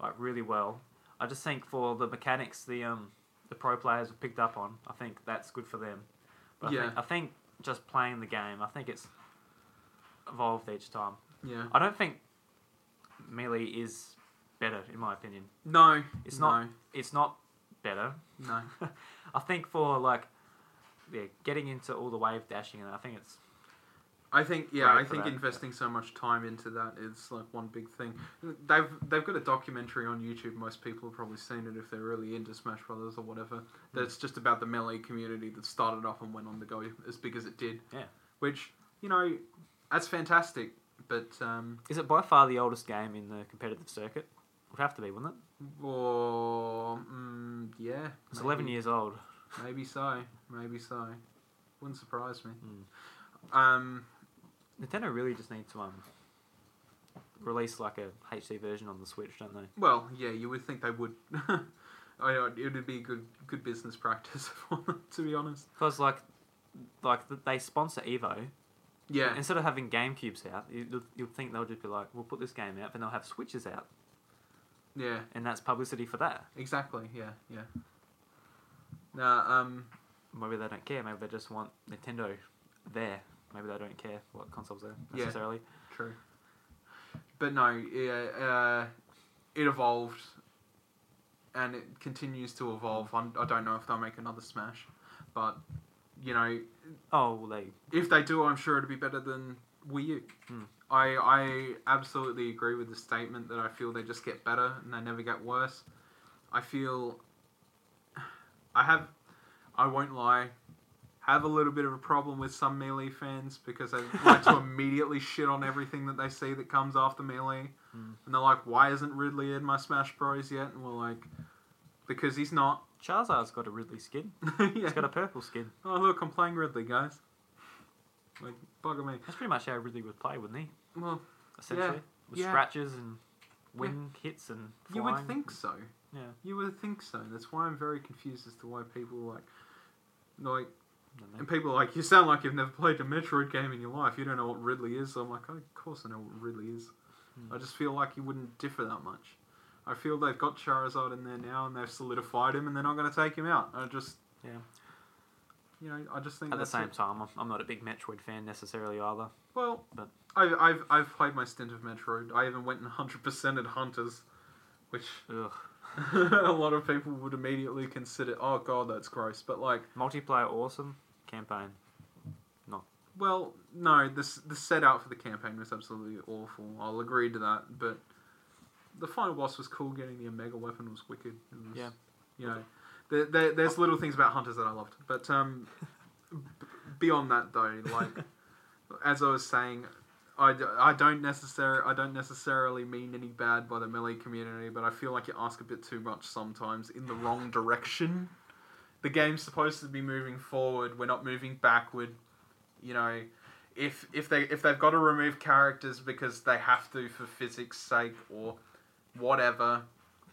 Speaker 2: like really well. I just think for the mechanics, the um, the pro players have picked up on. I think that's good for them. But I,
Speaker 3: Yeah.
Speaker 2: think, I think just playing the game, I think it's evolved each time.
Speaker 3: yeah.
Speaker 2: I don't think melee is better in my opinion.
Speaker 3: No.
Speaker 2: It's
Speaker 3: no,
Speaker 2: not. It's not better.
Speaker 3: No.
Speaker 2: I think for like yeah, getting into all the wave dashing, and I think it's
Speaker 3: I think yeah,
Speaker 2: Right,
Speaker 3: I
Speaker 2: for
Speaker 3: think
Speaker 2: that.
Speaker 3: investing so much time into that is like one big thing. They've they've got a documentary on YouTube. Most people have probably seen it if they're really into Smash Brothers or whatever.
Speaker 2: Hmm.
Speaker 3: That's just about the melee community that started off and went on to go as big as it did.
Speaker 2: Yeah.
Speaker 3: Which you know, that's fantastic. But um,
Speaker 2: is it by far the oldest game in the competitive circuit? Would have to be, wouldn't it?
Speaker 3: or mm, yeah,
Speaker 2: It's eleven
Speaker 3: maybe-
Speaker 2: years old.
Speaker 3: Maybe so. Maybe so. Wouldn't surprise me.
Speaker 2: Mm.
Speaker 3: Um,
Speaker 2: Nintendo really just need to um release like a HD version on the Switch, don't they?
Speaker 3: Well, yeah, you would think they would. [laughs] I know, it would be good good business practice [laughs] for them, to be honest.
Speaker 2: Because like like th- they sponsor Evo.
Speaker 3: Yeah,
Speaker 2: Instead of having GameCubes out, you'd, you'd think they'll just be like, "We'll put this game out," and they'll have Switches out,
Speaker 3: yeah,
Speaker 2: and that's publicity for that.
Speaker 3: exactly. Yeah, yeah. Now, um,
Speaker 2: Maybe they don't care. Maybe they just want Nintendo there. Maybe they don't care what consoles there
Speaker 3: Yeah.
Speaker 2: necessarily.
Speaker 3: true. But no, yeah, uh, it evolved, and it continues to evolve. I'm, I don't know if they'll make another Smash, but you know,
Speaker 2: Oh, well, they
Speaker 3: if they do, I'm sure it'll be better than Wii U.
Speaker 2: Hmm.
Speaker 3: I I absolutely agree with the statement that I feel they just get better and they never get worse. I feel I have I won't lie have a little bit of a problem with some melee fans because they like
Speaker 2: [laughs]
Speaker 3: to immediately shit on everything that they see that comes after melee,
Speaker 2: Hmm.
Speaker 3: and they're like, "Why isn't Ridley in my Smash Bros yet?" And we're like, "Because he's not." [laughs]
Speaker 2: Charizard's got a Ridley skin.
Speaker 3: yeah.
Speaker 2: He's got a purple skin.
Speaker 3: Oh look, I'm playing Ridley, guys. Like bugger me.
Speaker 2: That's pretty much how Ridley would play, wouldn't he?
Speaker 3: Well,
Speaker 2: Essentially, with
Speaker 3: yeah.
Speaker 2: scratches and wing hits and flying.
Speaker 3: You would think so.
Speaker 2: Yeah.
Speaker 3: You would think so. That's why I'm very confused as to why people like, like,
Speaker 2: don't
Speaker 3: and
Speaker 2: know.
Speaker 3: people are like, you sound like you've never played a Metroid game in your life. You don't know what Ridley is. I'm like, oh, of course I know what Ridley is.
Speaker 2: Hmm.
Speaker 3: I just feel like you wouldn't differ that much. I feel they've got Charizard in there now and they've solidified him and they're not going to take him out. I just,
Speaker 2: Yeah.
Speaker 3: you know, I just think
Speaker 2: At the
Speaker 3: that's
Speaker 2: same
Speaker 3: it.
Speaker 2: time, I'm, I'm not a big Metroid fan necessarily either.
Speaker 3: Well,
Speaker 2: But-
Speaker 3: I've, I've I've played my stint of Metroid. I even went and [laughs] hundred percented Hunters, which
Speaker 2: Ugh.
Speaker 3: [laughs] a lot of people would immediately consider, oh god, that's gross. But like,
Speaker 2: Multiplayer awesome, campaign.
Speaker 3: well, no, this the set out for the campaign was absolutely awful. I'll agree to that, but the final boss was cool. Getting the Omega weapon was wicked. It was,
Speaker 2: Yeah.
Speaker 3: you know, there, there, there's little things about hunters that I loved, but [laughs] um, b- beyond that though, like as I was saying, I I, d- I don't necessarily I don't necessarily mean any bad by the melee community, but I feel like you ask a bit too much sometimes in the wrong direction. The game's supposed to be moving forward. We're not moving backward. You know, if if they if they've got to remove characters because they have to for physics' sake or whatever,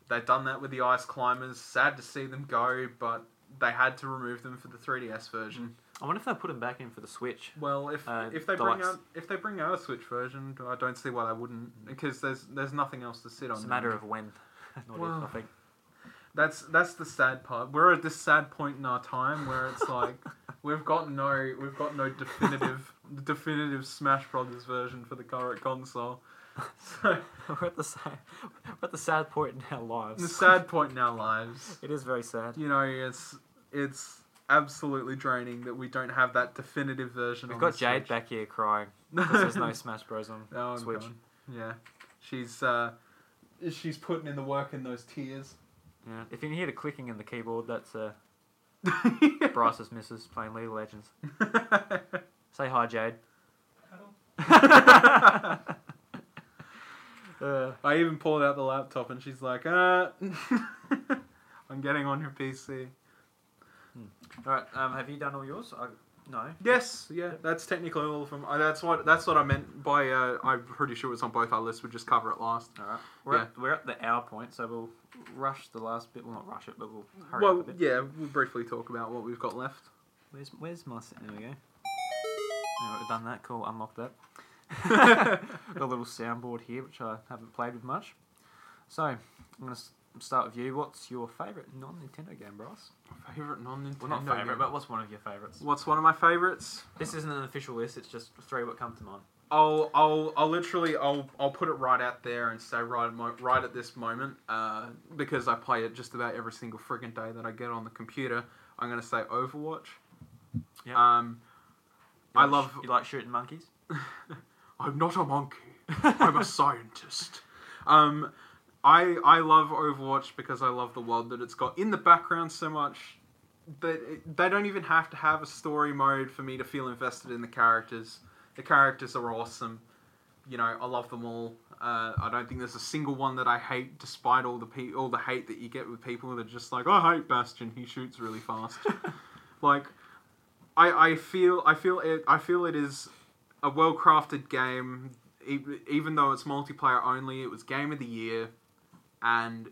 Speaker 3: they've done that with the ice climbers. Sad to see them go, but they had to remove them for the 3DS version.
Speaker 2: I wonder if they put him back in for the Switch.
Speaker 3: Well, if
Speaker 2: Mm. Uh,
Speaker 3: if they bring
Speaker 2: Deluxe.
Speaker 3: out if they bring out a Switch version, I don't see why they wouldn't because there's there's nothing else to sit on.
Speaker 2: It's a
Speaker 3: now.
Speaker 2: matter of when, [laughs] not
Speaker 3: Well,
Speaker 2: if, I think. [laughs]
Speaker 3: that's that's the sad part. We're at this sad point in our time
Speaker 2: [laughs]
Speaker 3: where it's like we've got no we've got no definitive definitive Smash Brothers version for the current console.
Speaker 2: [laughs]
Speaker 3: So
Speaker 2: we're at the sad, we're at the sad point in our lives.
Speaker 3: the sad point in our lives.
Speaker 2: [laughs] It is very sad.
Speaker 3: You know, it's it's absolutely draining that we don't have that definitive version.
Speaker 2: We've
Speaker 3: on
Speaker 2: got
Speaker 3: the
Speaker 2: Jade
Speaker 3: Switch.
Speaker 2: back here crying
Speaker 3: [laughs]
Speaker 2: because there's no Smash Bros on
Speaker 3: Oh, I'm
Speaker 2: Switch.
Speaker 3: gone. Yeah, she's uh, she's putting in the work in those
Speaker 2: [laughs]
Speaker 3: tears. [laughs]
Speaker 2: Yeah. If you can hear the clicking in the keyboard, that's uh, Bryce's missus playing League of Legends. Say hi, Jade. [laughs] Uh,
Speaker 3: I even pulled out the laptop and she's like, uh, [laughs] I'm getting on your PC.
Speaker 2: all right. Um, have you done all yours? I, no.
Speaker 3: Yes, yeah, that's technically all from. Uh, that's what that's what I meant by. Uh, I'm pretty sure it's on both our lists. We'll just cover it last.
Speaker 2: All right. We're,
Speaker 3: Yeah.
Speaker 2: at, we're at the hour point, so we'll rush the last bit. Well, not rush it, but we'll hurry
Speaker 3: well,
Speaker 2: up a bit.
Speaker 3: yeah, we'll briefly talk about what we've got [laughs] left.
Speaker 2: Where's where's my s- there we go. Now we've done that, cool, unlock that. Got a [laughs] little soundboard here which I haven't played with much. So I'm gonna s- start with you. What's your favourite non Nintendo game, Bryce?
Speaker 3: Favorite non-Nintendo.
Speaker 2: Well not
Speaker 3: game.
Speaker 2: favourite, but what's one of your favourites?
Speaker 3: what's one of my favorites?
Speaker 2: This isn't an official list, it's just three what come to mind.
Speaker 3: I'll, I'll, I'll literally, I'll, I'll put it right out there and say right, at mo- right at this moment, uh, because I play it just about every single friggin' day that I get on the computer. I'm gonna say Overwatch.
Speaker 2: Yep.
Speaker 3: Um,
Speaker 2: You
Speaker 3: I
Speaker 2: like
Speaker 3: love.
Speaker 2: sh- you like shooting monkeys?
Speaker 3: I'm not a monkey. I'm a [laughs] scientist. Um, I, I love Overwatch because I love the world that it's got in the background so much that it, they don't even have to have a story mode for me to feel invested in the characters. The characters are awesome. You know, I love them all. Uh, I don't think there's a single one that I hate, despite all the pe- all the hate that you get with people that are just like, I hate Bastion. He shoots really fast. [laughs] like, I, I feel I feel it I feel it is a well crafted game. E- Even though it's multiplayer only, it was game of the year, and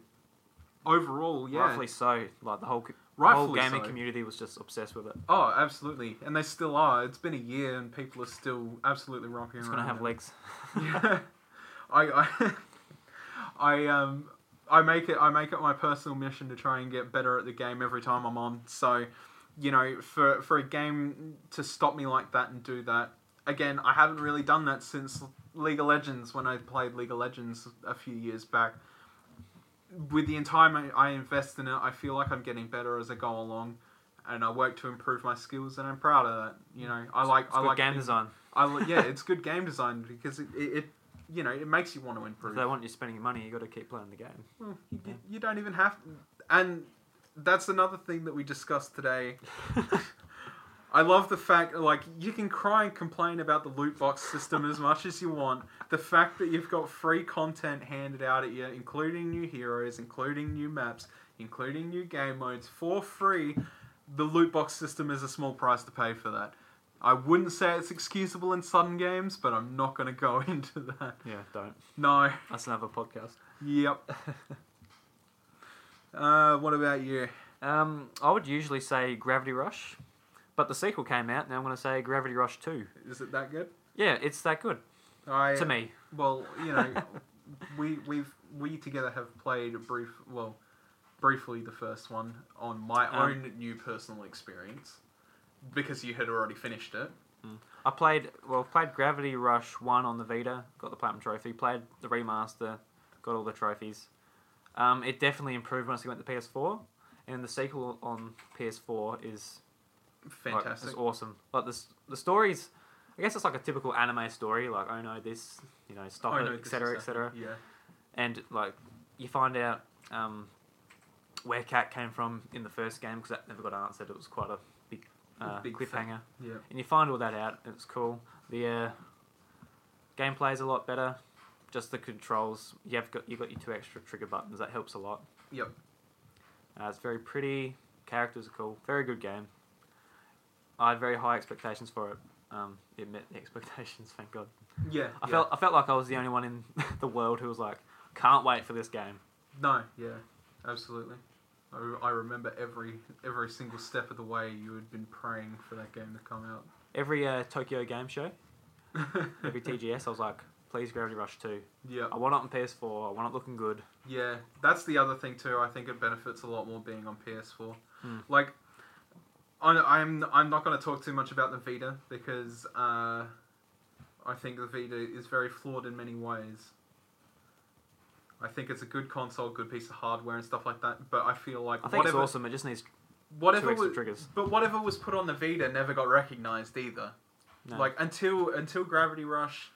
Speaker 3: overall, yeah,
Speaker 2: Rightfully so. Like the whole, co- the whole
Speaker 3: Rightfully
Speaker 2: gaming
Speaker 3: so.
Speaker 2: community was just obsessed with it.
Speaker 3: Oh, absolutely, and they still are. It's been a year, and people are still absolutely rocking
Speaker 2: It's
Speaker 3: around.
Speaker 2: gonna have
Speaker 3: it. [laughs]
Speaker 2: legs. [laughs]
Speaker 3: Yeah. I, I, [laughs] I um, I make it. I make it my personal mission to try and get better at the game every time I'm on. So, you know, for for a game to stop me like that and do that again, I haven't really done that since League of Legends when I played League of Legends a few years back. With the time I, I invest in it, I feel like I'm getting better as I go along, and I work to improve my skills, and I'm proud of that. You know, I like
Speaker 2: It's
Speaker 3: I
Speaker 2: good
Speaker 3: like
Speaker 2: game
Speaker 3: being-
Speaker 2: design.
Speaker 3: I li- yeah, it's good game design because it, it, it you know it makes you want to
Speaker 2: If
Speaker 3: improve.
Speaker 2: they want you spending money, you got to keep playing the
Speaker 3: [laughs]
Speaker 2: game.
Speaker 3: Well, you, you- you don't even have, to, and that's another thing that we discussed today. I love the fact like you can cry and complain about the loot box system as much as you want. The fact that you've got free content handed out at you, including new heroes, including new maps, including new game modes for free, the loot box system is a small price to pay for that. I wouldn't say it's excusable in some games, but I'm not going to go [laughs] into that.
Speaker 2: Yeah, don't.
Speaker 3: No.
Speaker 2: That's another podcast. [laughs]
Speaker 3: Yep. uh, what about you?
Speaker 2: Um, I would usually say Gravity Rush, but the sequel came out, and I'm going to say Gravity Rush 2.
Speaker 3: Is it that good?
Speaker 2: Yeah, it's that good
Speaker 3: I
Speaker 2: to me.
Speaker 3: well, you know, [laughs] we we've we together have played a brief well, briefly the first one on my
Speaker 2: Um,
Speaker 3: own new personal experience because you had already finished it.
Speaker 2: I played well, played Gravity Rush 1 on the Vita, got the platinum trophy, played the remaster, got all the trophies. Um, it definitely improved once it went to PS4, and the sequel on PS4 is Like,
Speaker 3: Fantastic.
Speaker 2: it's awesome. Like the s- the stories, I guess it's like a typical anime story. Like oh no, this you know stop
Speaker 3: Oh,
Speaker 2: it,
Speaker 3: no, this is
Speaker 2: etc.
Speaker 3: that.
Speaker 2: etc.
Speaker 3: Yeah.
Speaker 2: And like you find out um, where Cat came from in the first game because that never got answered. It was quite a big, uh,
Speaker 3: Big thing.
Speaker 2: cliffhanger,
Speaker 3: Yeah.
Speaker 2: and you find all that out. It's cool. The uh, Gameplay's a lot better. Just the controls. You've got you got your two extra trigger buttons. That helps a lot.
Speaker 3: Yep.
Speaker 2: Uh, it's very pretty. Characters are cool. Very good game. I had very high expectations for it. Um, it met the [laughs] expectations. Thank God.
Speaker 3: Yeah.
Speaker 2: I
Speaker 3: yeah.
Speaker 2: felt I felt like I was the only one in [laughs] the world who was like, can't wait for this game.
Speaker 3: No, yeah, absolutely. I, re- I remember every every single step of the way you had been praying for that game to come out.
Speaker 2: Every uh, Tokyo Game Show,
Speaker 3: [laughs]
Speaker 2: every TGS, I was like, please Gravity Rush 2.
Speaker 3: yeah,
Speaker 2: I want it on PS4. I want it looking good.
Speaker 3: yeah. That's the other thing too. I think it benefits a lot more being on PS4.
Speaker 2: Hmm.
Speaker 3: Like, I, I'm I'm not going to talk too much about the Vita because uh, I think the Vita is very flawed in many ways. I think it's a good console, good piece of hardware and stuff like that. But I feel like
Speaker 2: I think
Speaker 3: whatever
Speaker 2: it's awesome. It just needs two
Speaker 3: whatever
Speaker 2: extra
Speaker 3: was,
Speaker 2: triggers.
Speaker 3: But whatever was put on the Vita never got recognized either.
Speaker 2: No.
Speaker 3: Like until until Gravity Rush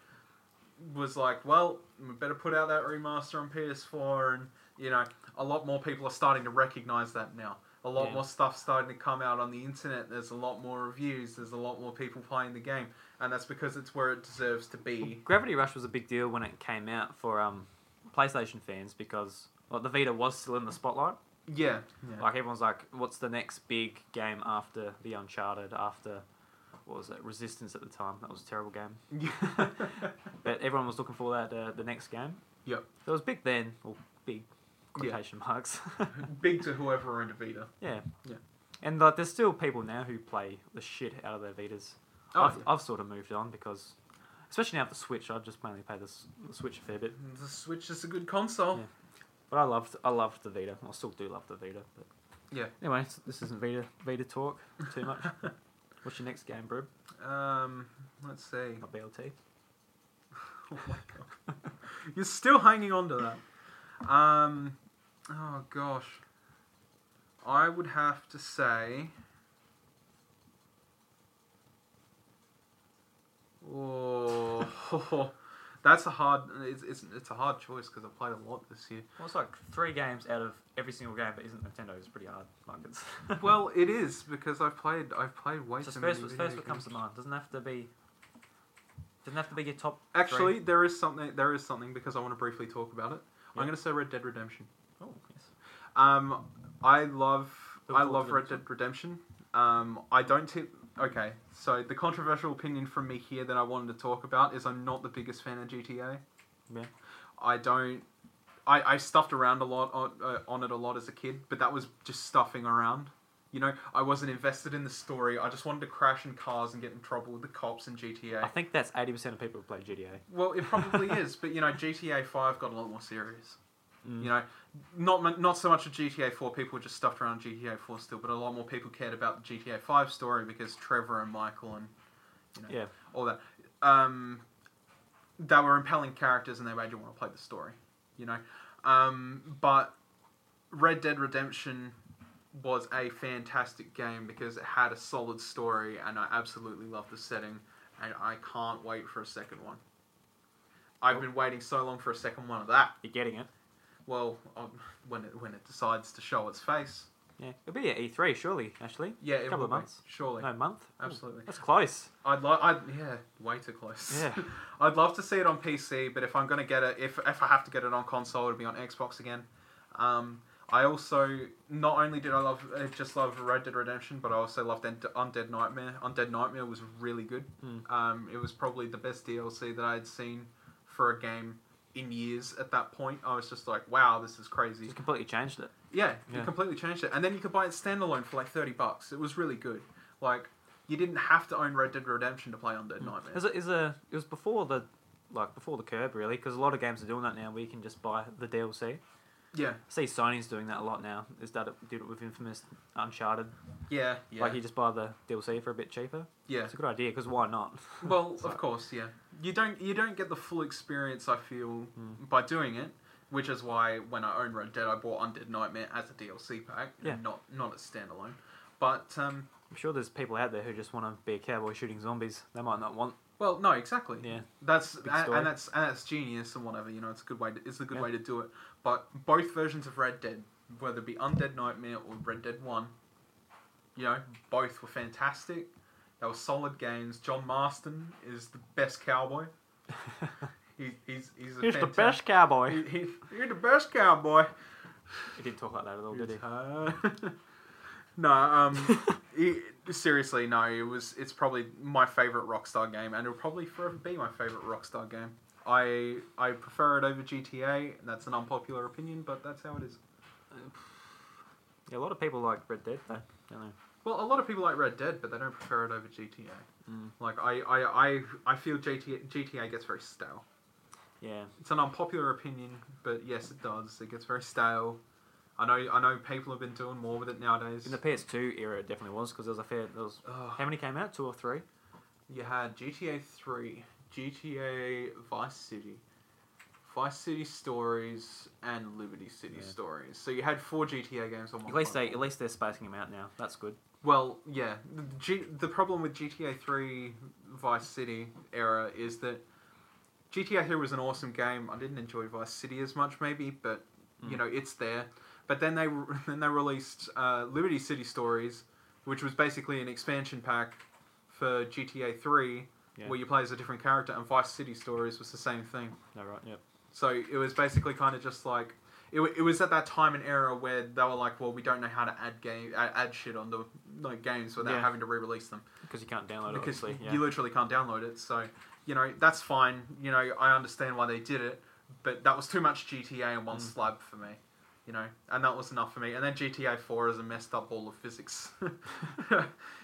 Speaker 3: was like, well, we better put out that remaster on PS4, and you know, a lot more people are starting to recognize that now. A lot
Speaker 2: Yeah.
Speaker 3: more stuff starting to come out on the internet. There's a lot more reviews. There's a lot more people playing the game, and that's because it's where it deserves to be.
Speaker 2: Gravity Rush was a big deal when it came out for um, PlayStation fans because well, the Vita was still in the spotlight.
Speaker 3: Yeah, yeah, [laughs]
Speaker 2: Like everyone's like, what's the next big game after the Uncharted? After what was it? Resistance at the time. That was a terrible game. [laughs] But everyone was looking for that uh, the next game.
Speaker 3: Yep.
Speaker 2: So it was big then, or big
Speaker 3: Yeah.
Speaker 2: quotation
Speaker 3: [laughs]
Speaker 2: marks. [laughs]
Speaker 3: big to whoever owned a Vita.
Speaker 2: yeah.
Speaker 3: Yeah.
Speaker 2: And like, there's still people now who play the shit out of their Vitas.
Speaker 3: Oh,
Speaker 2: I've,
Speaker 3: yeah.
Speaker 2: I've sort of moved on because, especially now with the Switch, I've just mainly played the, S- the Switch a fair bit.
Speaker 3: the Switch is a good console.
Speaker 2: Yeah. But I loved I loved the Vita. I still do love the Vita. But
Speaker 3: Yeah.
Speaker 2: Anyway, s- this isn't Vita Vita talk too [laughs] much. What's your next game, bro?
Speaker 3: Um, let's see.
Speaker 2: Not BLT.
Speaker 3: Oh my god. [laughs] You're still hanging on to that. Um, oh gosh. I would have to say. Oh, [laughs] that's a hard. It's, it's, it's a hard choice because I played a lot this year.
Speaker 2: Well, it's like three games out of every single game that isn't Nintendo is pretty hard. Like it's [laughs]
Speaker 3: Well, it is because I've played. I've played way
Speaker 2: just
Speaker 3: too
Speaker 2: first,
Speaker 3: many.
Speaker 2: what's
Speaker 3: video
Speaker 2: first what comes
Speaker 3: games.
Speaker 2: to mind. Doesn't have to be. Doesn't have to be your top.
Speaker 3: Actually,
Speaker 2: three.
Speaker 3: there is something. There is something because I want to briefly talk about it.
Speaker 2: Yeah.
Speaker 3: I'm going to say Red Dead Redemption.
Speaker 2: oh yes.
Speaker 3: Um, I love
Speaker 2: Look
Speaker 3: I
Speaker 2: forward
Speaker 3: love
Speaker 2: to the
Speaker 3: Red
Speaker 2: next
Speaker 3: Dead Redemption. Um, I don't tip. Okay, so the controversial opinion from me here that I wanted to talk about is I'm not the biggest fan of GTA.
Speaker 2: Yeah.
Speaker 3: I don't. I, I stuffed around a lot on, uh, on it a lot as a kid, but that was just stuffing around. You know, I wasn't invested in the story. I just wanted to crash in cars and get in trouble with the cops in GTA.
Speaker 2: I think that's eighty percent of people who play GTA.
Speaker 3: Well, it probably [laughs] is, but you know, GTA Five got a lot more serious.
Speaker 2: Mm.
Speaker 3: You know, not mu- not so much of GTA Four. People just stuffed around GTA Four still, but a lot more people cared about the GTA Five story because Trevor and Michael and you know
Speaker 2: Yeah.
Speaker 3: all that. Um, they were impelling characters, and they made you want to play the story. You know, um, but Red Dead Redemption was a fantastic game because it had a solid story, and I absolutely love the setting, and I can't wait for a second one. I've
Speaker 2: Oh.
Speaker 3: been waiting so long for a second one of that.
Speaker 2: You're getting it.
Speaker 3: Well, um, when it when it decides to show its face,
Speaker 2: Yeah. It'll be at E three surely. Actually.
Speaker 3: yeah, it
Speaker 2: Couple
Speaker 3: will
Speaker 2: of
Speaker 3: be,
Speaker 2: months.
Speaker 3: surely,
Speaker 2: No month. Ooh,
Speaker 3: absolutely.
Speaker 2: that's close.
Speaker 3: I'd love, I'd yeah, way too close.
Speaker 2: Yeah.
Speaker 3: [laughs] I'd love to see it on PC, but if I'm gonna get it, if if I have to get it on console, it'll be on Xbox again. Um, I also not only did I love uh, just love Red Dead Redemption, but I also loved Un- Undead Nightmare. Undead Nightmare was really good.
Speaker 2: Mm.
Speaker 3: Um, it was probably the best DLC that I had seen for a game in years. At that point, I was just like, wow, this is crazy.
Speaker 2: Just completely changed it.
Speaker 3: Yeah, you
Speaker 2: Yeah.
Speaker 3: completely changed it. And then you could buy it standalone for like 30 bucks. It was really good. Like, you didn't have to own Red Dead Redemption to play Undead Nightmare.
Speaker 2: Is Mm. it is a it was before the like before the curb really because a lot of games are doing that now where you can just buy the DLC.
Speaker 3: Yeah,
Speaker 2: I see Sony's doing that a lot now. Is that it, did it with Infamous Uncharted?
Speaker 3: yeah, yeah.
Speaker 2: Like you just buy the DLC for a bit cheaper.
Speaker 3: yeah.
Speaker 2: It's a good idea because why not?
Speaker 3: Well,
Speaker 2: It's
Speaker 3: of
Speaker 2: like-
Speaker 3: course, yeah. You don't you don't get the full experience I feel
Speaker 2: Mm.
Speaker 3: by doing it, which is why when I owned Red Dead I bought Undead Nightmare as a DLC pack,
Speaker 2: Yeah.
Speaker 3: and not not as standalone. But um
Speaker 2: I'm sure there's people out there who just want to be a cowboy shooting zombies. They might not
Speaker 3: [laughs]
Speaker 2: want.
Speaker 3: well, no, exactly.
Speaker 2: Yeah.
Speaker 3: That's
Speaker 2: Big
Speaker 3: and,
Speaker 2: story.
Speaker 3: and that's and that's genius and whatever. You know, it's a good way. To, it's a good
Speaker 2: Yeah.
Speaker 3: way to do it. But both versions of Red Dead, whether it be Undead Nightmare or Red Dead One, you know, both were fantastic. They were solid games. John Marston is the best cowboy. He, he's he's, a
Speaker 2: He's the
Speaker 3: fanta-
Speaker 2: best cowboy.
Speaker 3: [laughs] He, he, you're the best cowboy.
Speaker 2: He didn't talk like that at all, did he?
Speaker 3: Uh, [laughs] no, um, it- seriously, no. It was. It's probably my favorite Rockstar game, and it'll probably forever be my favorite Rockstar game. I I prefer it over GTA. and That's an unpopular opinion, but that's how it is.
Speaker 2: Yeah, a lot of people like Red Dead, though. Don't know.
Speaker 3: Well, a lot of people like Red Dead, but they don't prefer it over GTA.
Speaker 2: Mm.
Speaker 3: Like I, I, I, I feel GTA, GTA gets very stale.
Speaker 2: Yeah.
Speaker 3: It's an unpopular opinion, but yes, it does. It gets very stale. I know. I know people have been doing more with it nowadays.
Speaker 2: In the PS2 era, it definitely was, because there was a fair. There was,
Speaker 3: Ugh.
Speaker 2: how many came out? Two or three?
Speaker 3: You had GTA 3, GTA Vice City, Vice City Stories, and Liberty City
Speaker 2: Yeah.
Speaker 3: Stories. So you had four GTA games on one.
Speaker 2: At least they,
Speaker 3: platform.
Speaker 2: at least they're spacing them out now. That's good.
Speaker 3: Well, yeah. The, G- the problem with GTA 3 Vice City era is that GTA 3 was an awesome game. I didn't enjoy Vice City as much, maybe, but
Speaker 2: Mm.
Speaker 3: you know it's there. But then they [laughs] re- then they released uh, Liberty City Stories, which was basically an expansion pack for GTA 3,
Speaker 2: Yeah.
Speaker 3: where you play as a different character, and Vice City Stories was the same thing.
Speaker 2: No, right? Yep.
Speaker 3: So it was basically kind of just like it, wa- it was at that time and era where they were like, well, we don't know how to add game uh, add shit onto like games without
Speaker 2: Yeah.
Speaker 3: having to re-release them
Speaker 2: Because you can't download it,
Speaker 3: because
Speaker 2: obviously. Yeah.
Speaker 3: you literally can't download it. So you know that's fine. You know I understand why they did it, but that was too much GTA in one
Speaker 2: Mm.
Speaker 3: slab for me. You know, and that was enough for me. And then GTA Four is a messed up ball of physics.
Speaker 2: [laughs]
Speaker 3: [laughs]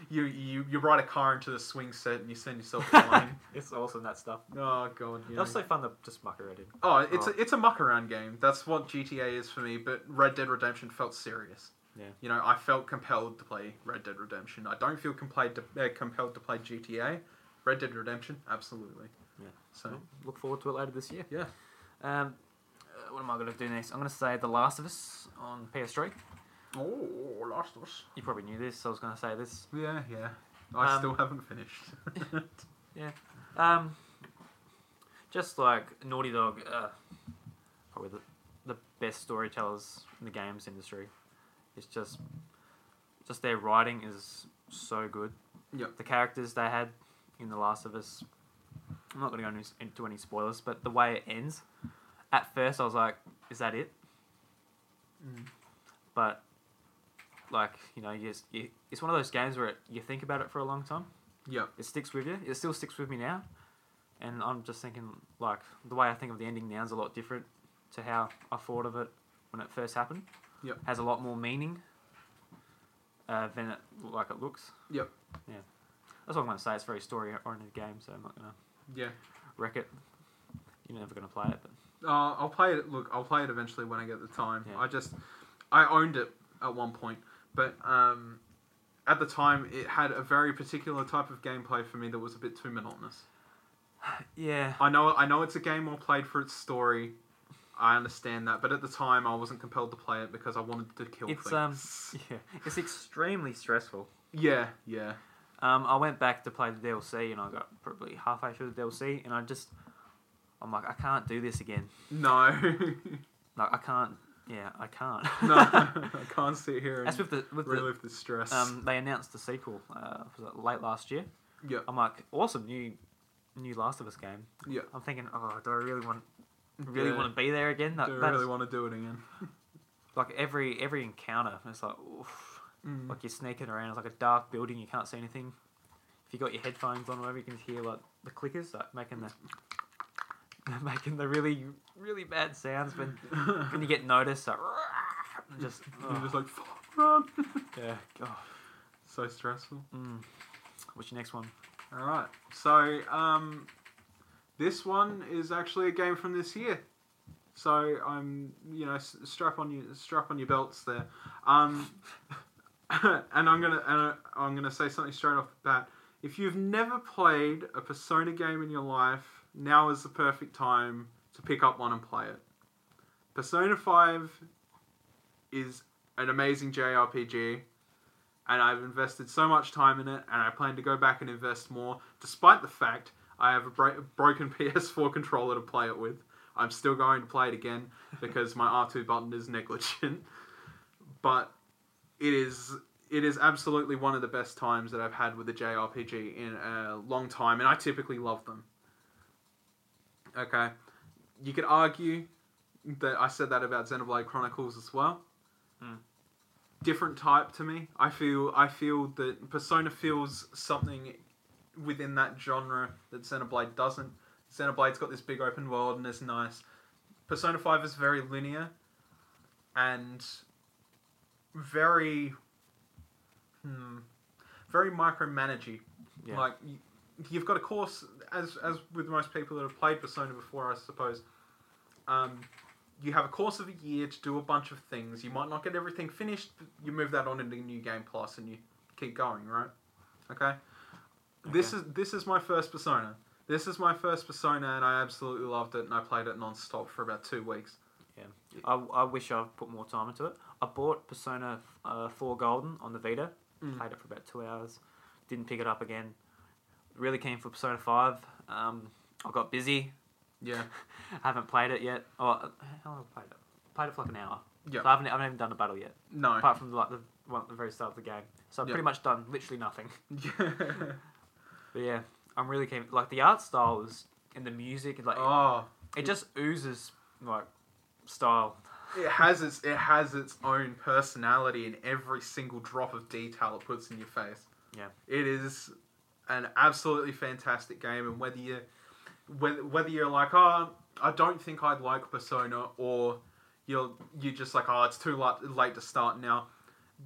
Speaker 3: you you you ride a car into the swing set and you send yourself flying.
Speaker 2: [laughs] it's awesome, that stuff.
Speaker 3: oh god, you know.
Speaker 2: That's so fun to just muck around in.
Speaker 3: Oh, it's
Speaker 2: Oh.
Speaker 3: A, it's a muck around game. That's what GTA is for me. But Red Dead Redemption felt serious.
Speaker 2: Yeah.
Speaker 3: You know, I felt compelled to play Red Dead Redemption. I don't feel compelled to, uh, compelled to play GTA. Red Dead Redemption, absolutely.
Speaker 2: Yeah.
Speaker 3: So
Speaker 2: Look forward to it later this year.
Speaker 3: yeah,
Speaker 2: Um, uh, what am I going to do next? I'm going to say The Last of Us on PS3.
Speaker 3: oh, Last of Us.
Speaker 2: You probably knew this, so I was going to say this.
Speaker 3: Yeah, yeah. I
Speaker 2: Um,
Speaker 3: still haven't
Speaker 2: [laughs]
Speaker 3: finished. [laughs]
Speaker 2: Um, just like Naughty Dog, uh, probably the, the best storytellers in the games industry. It's just, just their writing is so good.
Speaker 3: Yep.
Speaker 2: The characters they had in The Last of Us. I'm not going to go into- into any spoilers, but the way it ends. At first, I was like, "Is that it?"
Speaker 3: Mm.
Speaker 2: But, like you know, you just, you, it's one of those games where it, you think about it for a long time
Speaker 3: yep.
Speaker 2: it sticks with you. It still sticks with me now. And I'm just thinking, like, the way I think of the ending now is a lot different to how I thought of it when it first happened.
Speaker 3: Yep.
Speaker 2: Has a lot more meaning uh, than it like it looks.
Speaker 3: Yep.
Speaker 2: Yeah. That's what I'm going to say. It's a very story oriented game, so I'm not going to
Speaker 3: Yeah.
Speaker 2: wreck it. You're never going to play it, but
Speaker 3: Uh, I'll play it. Look, I'll play it eventually when I get the time.
Speaker 2: Yeah.
Speaker 3: I just, I owned it at one point, but um, at the time it had a very particular type of gameplay for me that was a bit too monotonous.
Speaker 2: yeah.
Speaker 3: I know, I know it's a game well played for its story. I understand that, but at the time I wasn't compelled to play it because I wanted to kill
Speaker 2: It's, um,
Speaker 3: things.
Speaker 2: [laughs] yeah. It's extremely stressful.
Speaker 3: yeah, yeah,
Speaker 2: Um, I went back to play the DLC and I got probably halfway through the DLC and I just, I'm like, I can't do this again.
Speaker 3: no, [laughs]
Speaker 2: Like I can't. Yeah, I can't.
Speaker 3: no, I can't sit
Speaker 2: [laughs]
Speaker 3: here
Speaker 2: That's
Speaker 3: and
Speaker 2: with the with the.
Speaker 3: relive the stress.
Speaker 2: Um, they announced the sequel. Uh, was it late last year?
Speaker 3: yeah,
Speaker 2: I'm like, awesome new, new Last of Us game.
Speaker 3: yeah,
Speaker 2: I'm thinking, oh, do I really want, really
Speaker 3: yeah.
Speaker 2: want to be there again? That,
Speaker 3: Do I
Speaker 2: that's-
Speaker 3: really want to do it again?
Speaker 2: like every every encounter, it's like, oof.
Speaker 3: Mm.
Speaker 2: like you're sneaking around. It's like a dark building. You can't see anything. If you got your headphones on, or whatever, you can hear like the clickers like making the, making the [laughs] really really bad sounds when
Speaker 3: Mm. [laughs]
Speaker 2: when you get noticed. Like, [laughs] just,
Speaker 3: You're
Speaker 2: oh,
Speaker 3: just like, "Fuck, run. [laughs]
Speaker 2: yeah, God.
Speaker 3: So stressful.
Speaker 2: Mm. What's your next one?
Speaker 3: All right. So um, this one is actually a game from this year. So I'm, you know, s- strap on your strap on your belts there. Um, [laughs] and I'm gonna and I- I'm gonna say something straight off the bat. If you've never played a Persona game in your life, now is the perfect time to pick up one and play it. Persona Five is an amazing JRPG and I've invested so much time in it, and I plan to go back and invest more, despite the fact I have a bra- broken [laughs] PS4 controller to play it with. I'm still going to play it again because my R2 button is negligent. But it is it is absolutely one of the best times that I've had with a JRPG in a long time, and I typically love them. Okay. You could argue that I said that about Xenoblade Chronicles as well.
Speaker 2: Mm.
Speaker 3: Different type to me. I feel I feel that Persona feels something within that genre that Xenoblade doesn't. Xenoblade's got this big open world and it's nice. Persona 5 is very linear and very hmm, very micromanagey.
Speaker 2: Yeah.
Speaker 3: Like y- you've got a course as as with most people that have played Persona before, I suppose. Um, you have a course of a year to do a bunch of things. You might not get everything finished. But you move that on into New Game Plus and you keep going, right? Okay. This
Speaker 2: Okay.
Speaker 3: is this is my first Persona. This is my first Persona, and I absolutely loved it. And I played it non-stop for about two weeks.
Speaker 2: I, I wish I put more time into it. I bought Persona uh, 4 Golden on the Vita,
Speaker 3: Mm.
Speaker 2: played it for about two hours, didn't pick it up again. Really keen for Persona 5. Um, I got busy,
Speaker 3: Yeah.
Speaker 2: haven't played it yet. Oh, uh, how long have I played it? Played it for like an hour.
Speaker 3: Yeah.
Speaker 2: So I haven't, I haven't even done a battle yet,
Speaker 3: No.
Speaker 2: apart from like the, one at the very start of the game. So I've
Speaker 3: Yeah.
Speaker 2: pretty much done literally nothing.
Speaker 3: Yeah.
Speaker 2: But yeah, I'm really keen. Like the art style is, and the music, like
Speaker 3: [laughs] oh,
Speaker 2: it just oozes like style.
Speaker 3: it has its it has its own personality in every single drop of detail it puts in your face.
Speaker 2: Yeah.
Speaker 3: It is an absolutely fantastic game, and whether you whether, whether you're like, oh, I don't think I'd like Persona, or you're you're just like, oh, it's too late, late to start now.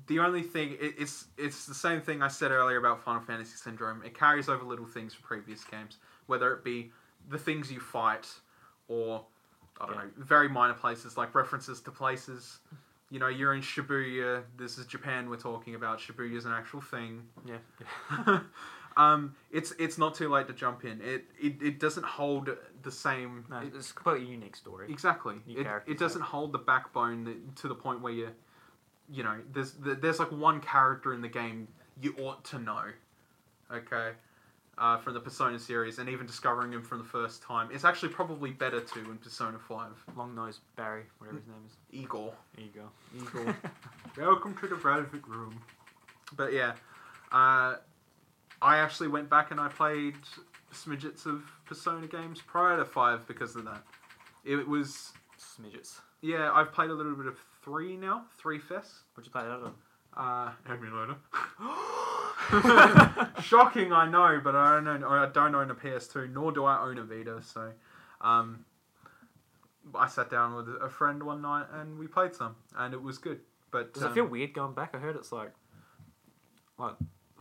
Speaker 3: The only thing it, it's it's the same thing I said earlier about Final Fantasy Syndrome. It carries over little things from previous games, whether it be the things you fight, or I don't
Speaker 2: Yeah.
Speaker 3: know, very minor places like references to places. You know, you're in Shibuya. This is Japan we're talking about. Shibuya's an actual thing. [laughs]
Speaker 2: Yeah.
Speaker 3: um, it's it's not too late to jump in. It it, it doesn't hold the same.
Speaker 2: No,
Speaker 3: it-
Speaker 2: it's a completely unique story.
Speaker 3: exactly.
Speaker 2: New
Speaker 3: It,
Speaker 2: characters,
Speaker 3: it doesn't hold the backbone that, to the point where you, you know, there's there's like one character in the game you ought to know. Okay. Uh, from the Persona series, and even discovering him from the first time, it's actually probably better to in Persona Five.
Speaker 2: Long nose Barry, whatever his name is.
Speaker 3: Igor.
Speaker 2: There you go. [laughs]
Speaker 3: Igor. Welcome to the Velvet Room. But yeah, uh, I actually went back and I played smidgets of Persona games prior to five because of that. It was
Speaker 2: Smidgets.
Speaker 3: yeah. I've played a little bit of three now, three fest.
Speaker 2: Would you play that on?
Speaker 3: Uh, emulator. [laughs] Shocking, I know, but I don't own, I don't own a PS2, nor do I own a Vita. So, um, I sat down with a friend one night and we played some, and it was good. But
Speaker 2: Does
Speaker 3: um,
Speaker 2: it feel weird going back? I heard it's like, like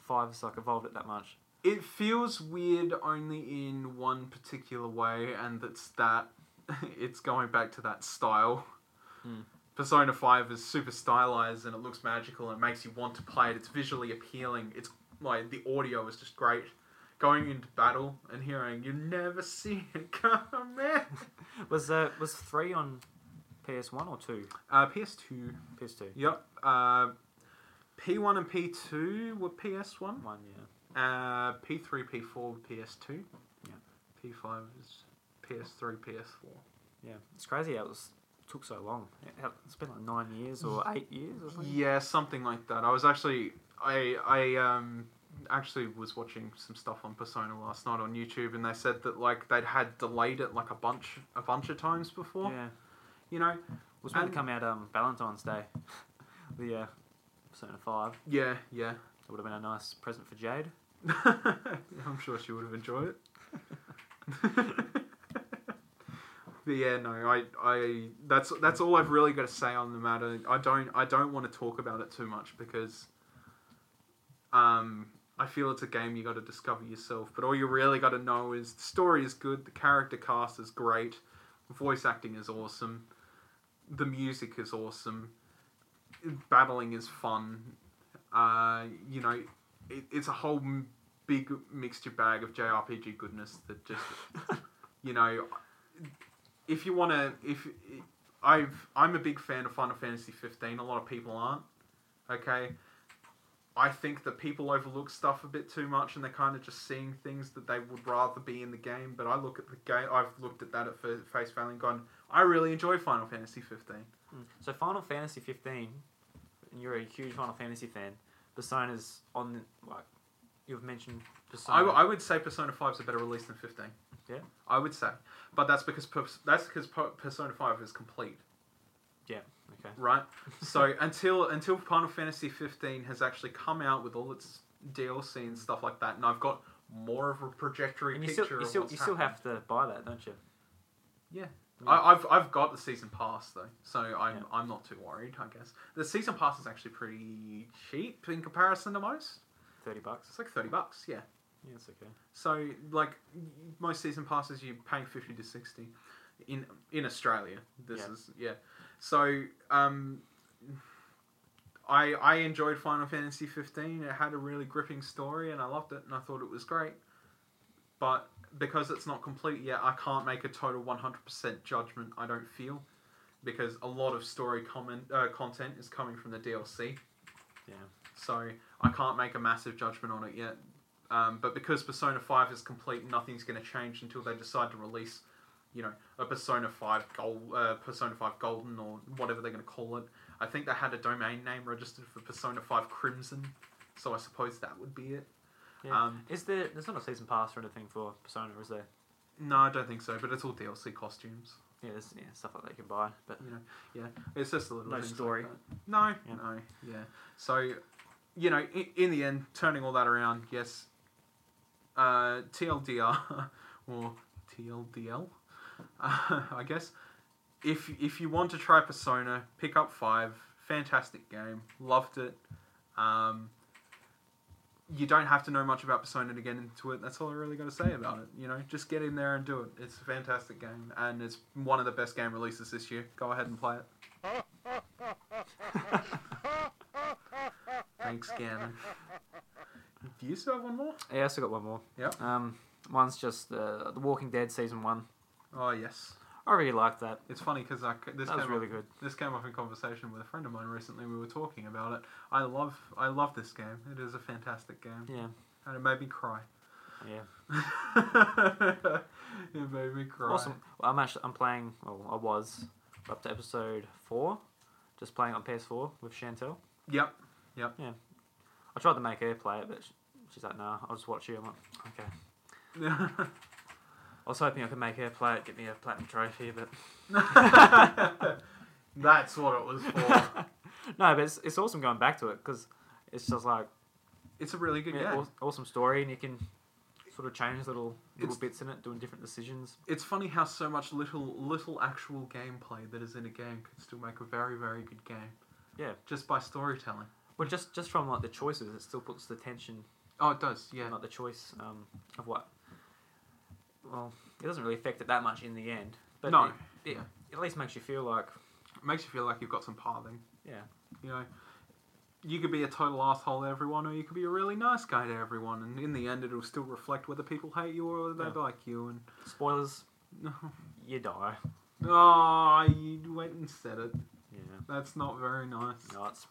Speaker 2: five's like evolved it that much.
Speaker 3: It feels weird only in one particular way, and that's that [laughs] it's going back to that style.
Speaker 2: Hmm.
Speaker 3: Persona 5 is super stylized and it looks magical and it makes you want to play it. It's visually appealing. It's like the audio is just great. Going into battle and hearing you never see [laughs] it coming.
Speaker 2: Was uh was three on PS one or two?
Speaker 3: Uh, PS2.
Speaker 2: PS two.
Speaker 3: Yep. Uh, P1 and P2 were PS1.
Speaker 2: One yeah.
Speaker 3: Uh, P3, P4, PS2.
Speaker 2: Yeah.
Speaker 3: P5 is PS3, PS4.
Speaker 2: Yeah. It's crazy how it was, took so long. It- how- It's been like nine years or eight years or something.
Speaker 3: Yeah, something like that. I was actually, I, I um, actually was watching some stuff on Persona last night on YouTube, and they said that like they'd had delayed it like a bunch, a bunch of times before.
Speaker 2: Yeah.
Speaker 3: You know.
Speaker 2: It was meant
Speaker 3: And-
Speaker 2: to come out um Valentine's Day. [laughs] the uh, Persona Five.
Speaker 3: Yeah, yeah.
Speaker 2: That would have been a nice present for Jade.
Speaker 3: I'm sure she would have enjoyed it. [laughs] but yeah, no, I, I, that's that's all I've really got to say on the matter. I don't, I don't want to talk about it too much because, um, I feel it's a game you got to discover yourself. But all you really got to know is the story is good, the character cast is great, voice acting is awesome, the music is awesome, battling is fun. Uh, you know, it, it's a whole m- big mixture bag of JRPG goodness that just, you know, if you want to, if I've, I'm a big fan of Final Fantasy 15. A lot of people aren't. Okay. I think that people overlook stuff a bit too much, and they're kind of just seeing things that they would rather be in the game. But I look at the game. I've looked at that at fa- face value and gone, I really enjoy Final Fantasy 15.
Speaker 2: Mm. So Final Fantasy 15, and you're a huge Final Fantasy fan. Persona's on like you've mentioned Persona.
Speaker 3: I, w- I would say Persona 5 is a better release than 15.
Speaker 2: Yeah.
Speaker 3: I would say. But that's because pers- that's because per- Persona 5 is complete,
Speaker 2: okay. [laughs]
Speaker 3: right? so until until Final Fantasy 15 has actually come out with all its DLC and stuff like that and I've got more of a trajectory
Speaker 2: And you
Speaker 3: picture
Speaker 2: still you
Speaker 3: of
Speaker 2: still
Speaker 3: what's
Speaker 2: you still
Speaker 3: happened.
Speaker 2: have to buy that, don't you?
Speaker 3: I, I've I've got the season pass though, so I'm
Speaker 2: Yeah.
Speaker 3: I'm not too worried. I guess the season pass is actually pretty cheap in comparison to most.
Speaker 2: Thirty bucks.
Speaker 3: It's like thirty bucks, yeah.
Speaker 2: Yeah, it's okay.
Speaker 3: So like most season passes, you're paying fifty to sixty in in Australia. This
Speaker 2: Yeah.
Speaker 3: is yeah. So um, I I enjoyed Final Fantasy fifteen. It had a really gripping story, and I loved it, and I thought it was great. But because it's not complete yet, I can't make a total one hundred percent judgment. I don't feel because a lot of story comment uh, content is coming from the DLC.
Speaker 2: Yeah.
Speaker 3: So I can't make a massive judgment on it yet. Um, but because Persona 5 is complete, nothing's going to change until they decide to release, you know, a Persona 5 Gold, uh, Persona 5 Golden or whatever they're going to call it. I think they had a domain name registered for Persona 5 Crimson, so I suppose that would be it.
Speaker 2: Yeah.
Speaker 3: Um,
Speaker 2: is there? There's not a season pass or anything for Persona, is there?
Speaker 3: no, I don't think so, but it's all DLC costumes.
Speaker 2: Yeah, there's yeah, stuff like that you can buy, but
Speaker 3: It's just a little
Speaker 2: No
Speaker 3: things like
Speaker 2: story.
Speaker 3: that. no,
Speaker 2: Yeah.
Speaker 3: no, yeah. So, you know, in, in the end, turning all that around, yes, uh, TLDR [laughs] or TLDL, uh, [laughs] I guess. If if you want to try Persona, pick up Five. Fantastic game, loved it. Um, you don't have to know much about Persona to get into it. That's all I really got to say about it. You know, just get in there and do it. It's a fantastic game, and it's one of the best game releases this year. Go ahead and play it. Thanks, Gannon. Do you still have one more?
Speaker 2: yeah, I still got one more.
Speaker 3: Yeah.
Speaker 2: Um, mine's just uh, The Walking Dead season one.
Speaker 3: Oh yes,
Speaker 2: I really liked that.
Speaker 3: it's funny because I c- this
Speaker 2: that was
Speaker 3: came
Speaker 2: really
Speaker 3: up,
Speaker 2: good.
Speaker 3: this came up in conversation with a friend of mine recently. We were talking about it. I love I love this game. It is a fantastic game,
Speaker 2: Yeah.
Speaker 3: and it made me cry. [laughs]
Speaker 2: Yeah.
Speaker 3: it made me cry.
Speaker 2: Awesome. Well, I'm actually I'm playing. Well, I was up to episode four, just playing on PS4 with Chantel.
Speaker 3: Yep.
Speaker 2: I tried to make her play it, but sh she's like, "Nah, I'll just watch you." I'm like, "Okay." I was hoping I could make her play it, get me a platinum trophy, but
Speaker 3: [laughs]
Speaker 2: [laughs]
Speaker 3: That's what it was for.
Speaker 2: no. But it's, it's awesome going back to it because it's just like
Speaker 3: It's a really good
Speaker 2: yeah,
Speaker 3: game.
Speaker 2: aw- awesome story, and you can sort of change little little
Speaker 3: It's-
Speaker 2: bits in it, doing different decisions.
Speaker 3: It's funny how so much little little actual gameplay that is in a game can still make a very very good game.
Speaker 2: Yeah.
Speaker 3: Just by storytelling.
Speaker 2: Well, just just from like the choices, it still puts the tension,
Speaker 3: Oh, it does. Yeah.
Speaker 2: like the choice um, of what. Well, it doesn't really affect it that much in the end, but
Speaker 3: no.
Speaker 2: it, it
Speaker 3: Yeah.
Speaker 2: at least makes you feel like
Speaker 3: It makes you feel like you've got some pathing.
Speaker 2: yeah,
Speaker 3: You know, you could be a total asshole to everyone, or you could be a really nice guy to everyone, and in the end, it'll still reflect whether people hate you or whether they
Speaker 2: Yeah.
Speaker 3: like you. And [laughs]
Speaker 2: spoilers, you die.
Speaker 3: oh, you went and said it.
Speaker 2: Yeah,
Speaker 3: That's not very nice.
Speaker 2: no, it's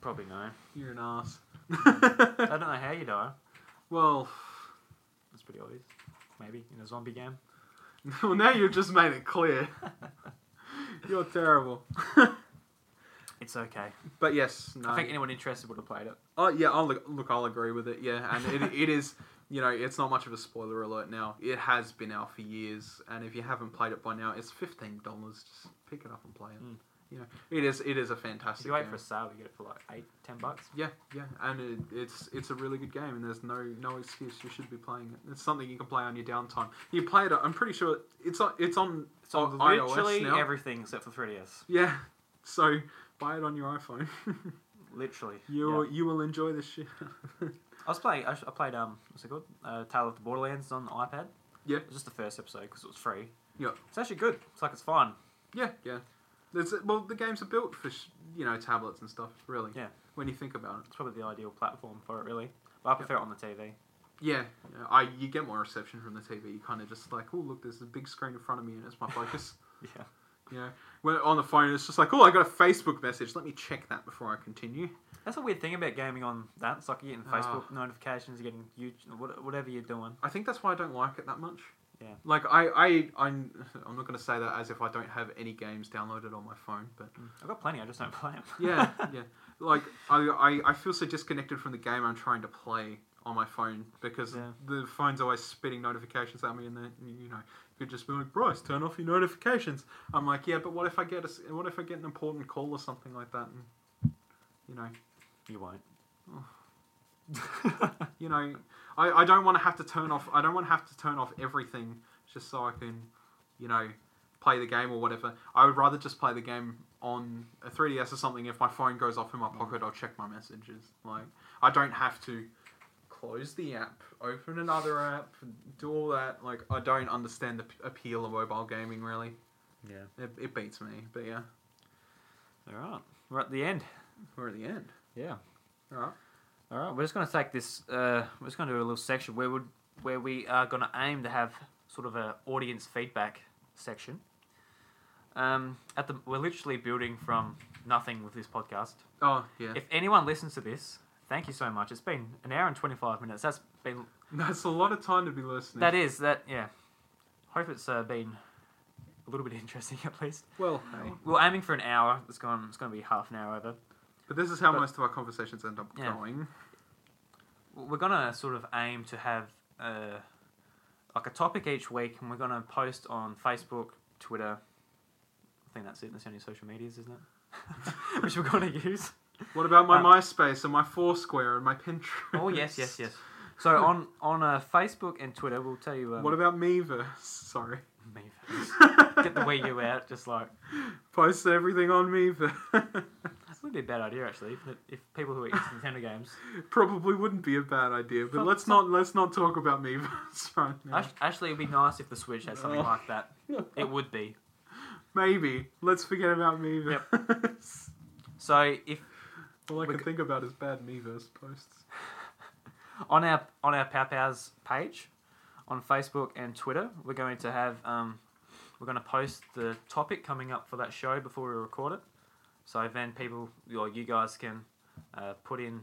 Speaker 2: probably no.
Speaker 3: [laughs] You're an ass.
Speaker 2: I don't know how you die.
Speaker 3: [laughs] well, [laughs]
Speaker 2: That's pretty obvious. Maybe in a zombie game.
Speaker 3: well, now you've just made
Speaker 2: [laughs]
Speaker 3: it clear. You're terrible. [laughs]
Speaker 2: It's okay.
Speaker 3: But yes, no.
Speaker 2: I think anyone interested would have played it.
Speaker 3: Oh yeah, I'll look, look, I'll agree with it. Yeah, and it, it is, you know, it's not much of a spoiler alert now. It has been out for years, and if you haven't played it by now, it's fifteen dollars. Just pick it up and play it.
Speaker 2: Mm.
Speaker 3: You know, it is it is a
Speaker 2: If
Speaker 3: fantastic.
Speaker 2: you wait
Speaker 3: game.
Speaker 2: for a sale, you get it for like eight, ten bucks.
Speaker 3: yeah, yeah, and it, it's it's a really good game, and there's no no excuse. You should be playing it. It's something you can play on your downtime. You play it. I'm pretty sure it's on it's on,
Speaker 2: It's on
Speaker 3: iOS
Speaker 2: literally
Speaker 3: now.
Speaker 2: everything except for 3DS.
Speaker 3: yeah, so buy it on your iPhone. [laughs]
Speaker 2: Literally.
Speaker 3: you
Speaker 2: Yeah.
Speaker 3: you will enjoy this shit. [laughs]
Speaker 2: I was playing. I, sh- I played um. What's it called? Uh, Tale of the Borderlands on the iPad.
Speaker 3: Yeah.
Speaker 2: It was just the first episode because it was free.
Speaker 3: Yeah.
Speaker 2: It's actually good. It's like it's fun.
Speaker 3: Yeah, yeah. There's, well, the games are built for sh- you know tablets and stuff, really.
Speaker 2: Yeah.
Speaker 3: When you think about it.
Speaker 2: It's probably the ideal platform for it, really. But I prefer it on the TV.
Speaker 3: Yeah, yeah, I you get more reception from the TV. You kind of just like, oh look, there's a big screen in front of me and it's my focus. [laughs]
Speaker 2: Yeah.
Speaker 3: you know, when on the phone it's just like, oh, I got a Facebook message. Let me check that before I continue.
Speaker 2: That's a weird thing about gaming on that. It's like you're getting
Speaker 3: Oh.
Speaker 2: Facebook notifications, you're getting YouTube, what- whatever you're doing.
Speaker 3: I think that's why I don't like it that much.
Speaker 2: Yeah.
Speaker 3: Like I I I'm, [laughs] I'm not gonna say that as if I don't have any games downloaded on my phone, but
Speaker 2: I've got plenty. I just don't play them.
Speaker 3: Mm. yeah, yeah. like I, I, I feel so disconnected from the game I'm trying to play on my phone because
Speaker 2: Yeah.
Speaker 3: the phone's always spitting notifications at me, and then you know you could just be like, Bryce, turn off your notifications. I'm like, yeah, but what if I get a, s- what if I get an important call or something like that, and you know,
Speaker 2: [laughs] You won't. [laughs]
Speaker 3: you know, I, I don't want to have to turn off. I don't want to have to turn off everything just so I can, you know, play the game or whatever. I would rather just play the game on a 3DS or something. If my phone goes off in my pocket, I'll check my messages. Like I don't have to close the app, open another app, do all that. Like I don't understand the p- appeal of mobile gaming really.
Speaker 2: yeah.
Speaker 3: It, it beats me. But yeah,
Speaker 2: All right. We're at the end.
Speaker 3: we're at the end.
Speaker 2: Yeah.
Speaker 3: All right.
Speaker 2: All right, we're just going to take this. Uh, we're just going to do a little section where would where we are going to aim to have sort of a audience feedback section. Um, at the we're literally building from nothing with this podcast.
Speaker 3: Oh yeah,
Speaker 2: If anyone listens to this, thank you so much. It's been an hour and twenty five minutes. That's been
Speaker 3: that's a lot of time to be listening.
Speaker 2: that is that yeah. Hope it's uh, been a little bit [laughs] interesting at least.
Speaker 3: well. hey.
Speaker 2: We're aiming for an hour. It's gone. It's going to be half an hour over.
Speaker 3: But this is how
Speaker 2: But-
Speaker 3: most of our conversations end up
Speaker 2: Yeah.
Speaker 3: going.
Speaker 2: we're gonna sort of aim to have uh, like a topic each week, and we're gonna post on Facebook, Twitter. I think that's it. That's the only social medias, isn't it? [laughs] Which we're gonna use.
Speaker 3: What about my
Speaker 2: Um,
Speaker 3: MySpace and my Foursquare and my Pinterest?
Speaker 2: Oh yes, yes, yes. So on on uh, Facebook and Twitter, we'll tell you. Um, [laughs]
Speaker 3: [laughs] What about Meverse? Sorry.
Speaker 2: Meverse. Get the Wii U out, just like
Speaker 3: Post everything on Meverse. [laughs]
Speaker 2: that would be a bad idea actually. If, if people who are into Nintendo games,
Speaker 3: Probably wouldn't be a bad idea, but
Speaker 2: Some-
Speaker 3: let's
Speaker 2: some-
Speaker 3: not let's not talk about Meverse [laughs] right now.
Speaker 2: Ash- actually, it would be nice if the Switch had something
Speaker 3: No.
Speaker 2: like [laughs] that. It would be.
Speaker 3: Maybe let's forget about Meverse. [laughs]
Speaker 2: So if
Speaker 3: All I
Speaker 2: We
Speaker 3: can
Speaker 2: c-
Speaker 3: think about is bad Meverse posts.
Speaker 2: on our on our Pow Pow's page, on Facebook and Twitter, we're going to have um, we're going to post the topic coming up for that show before we record it. So then people or you guys can uh, put in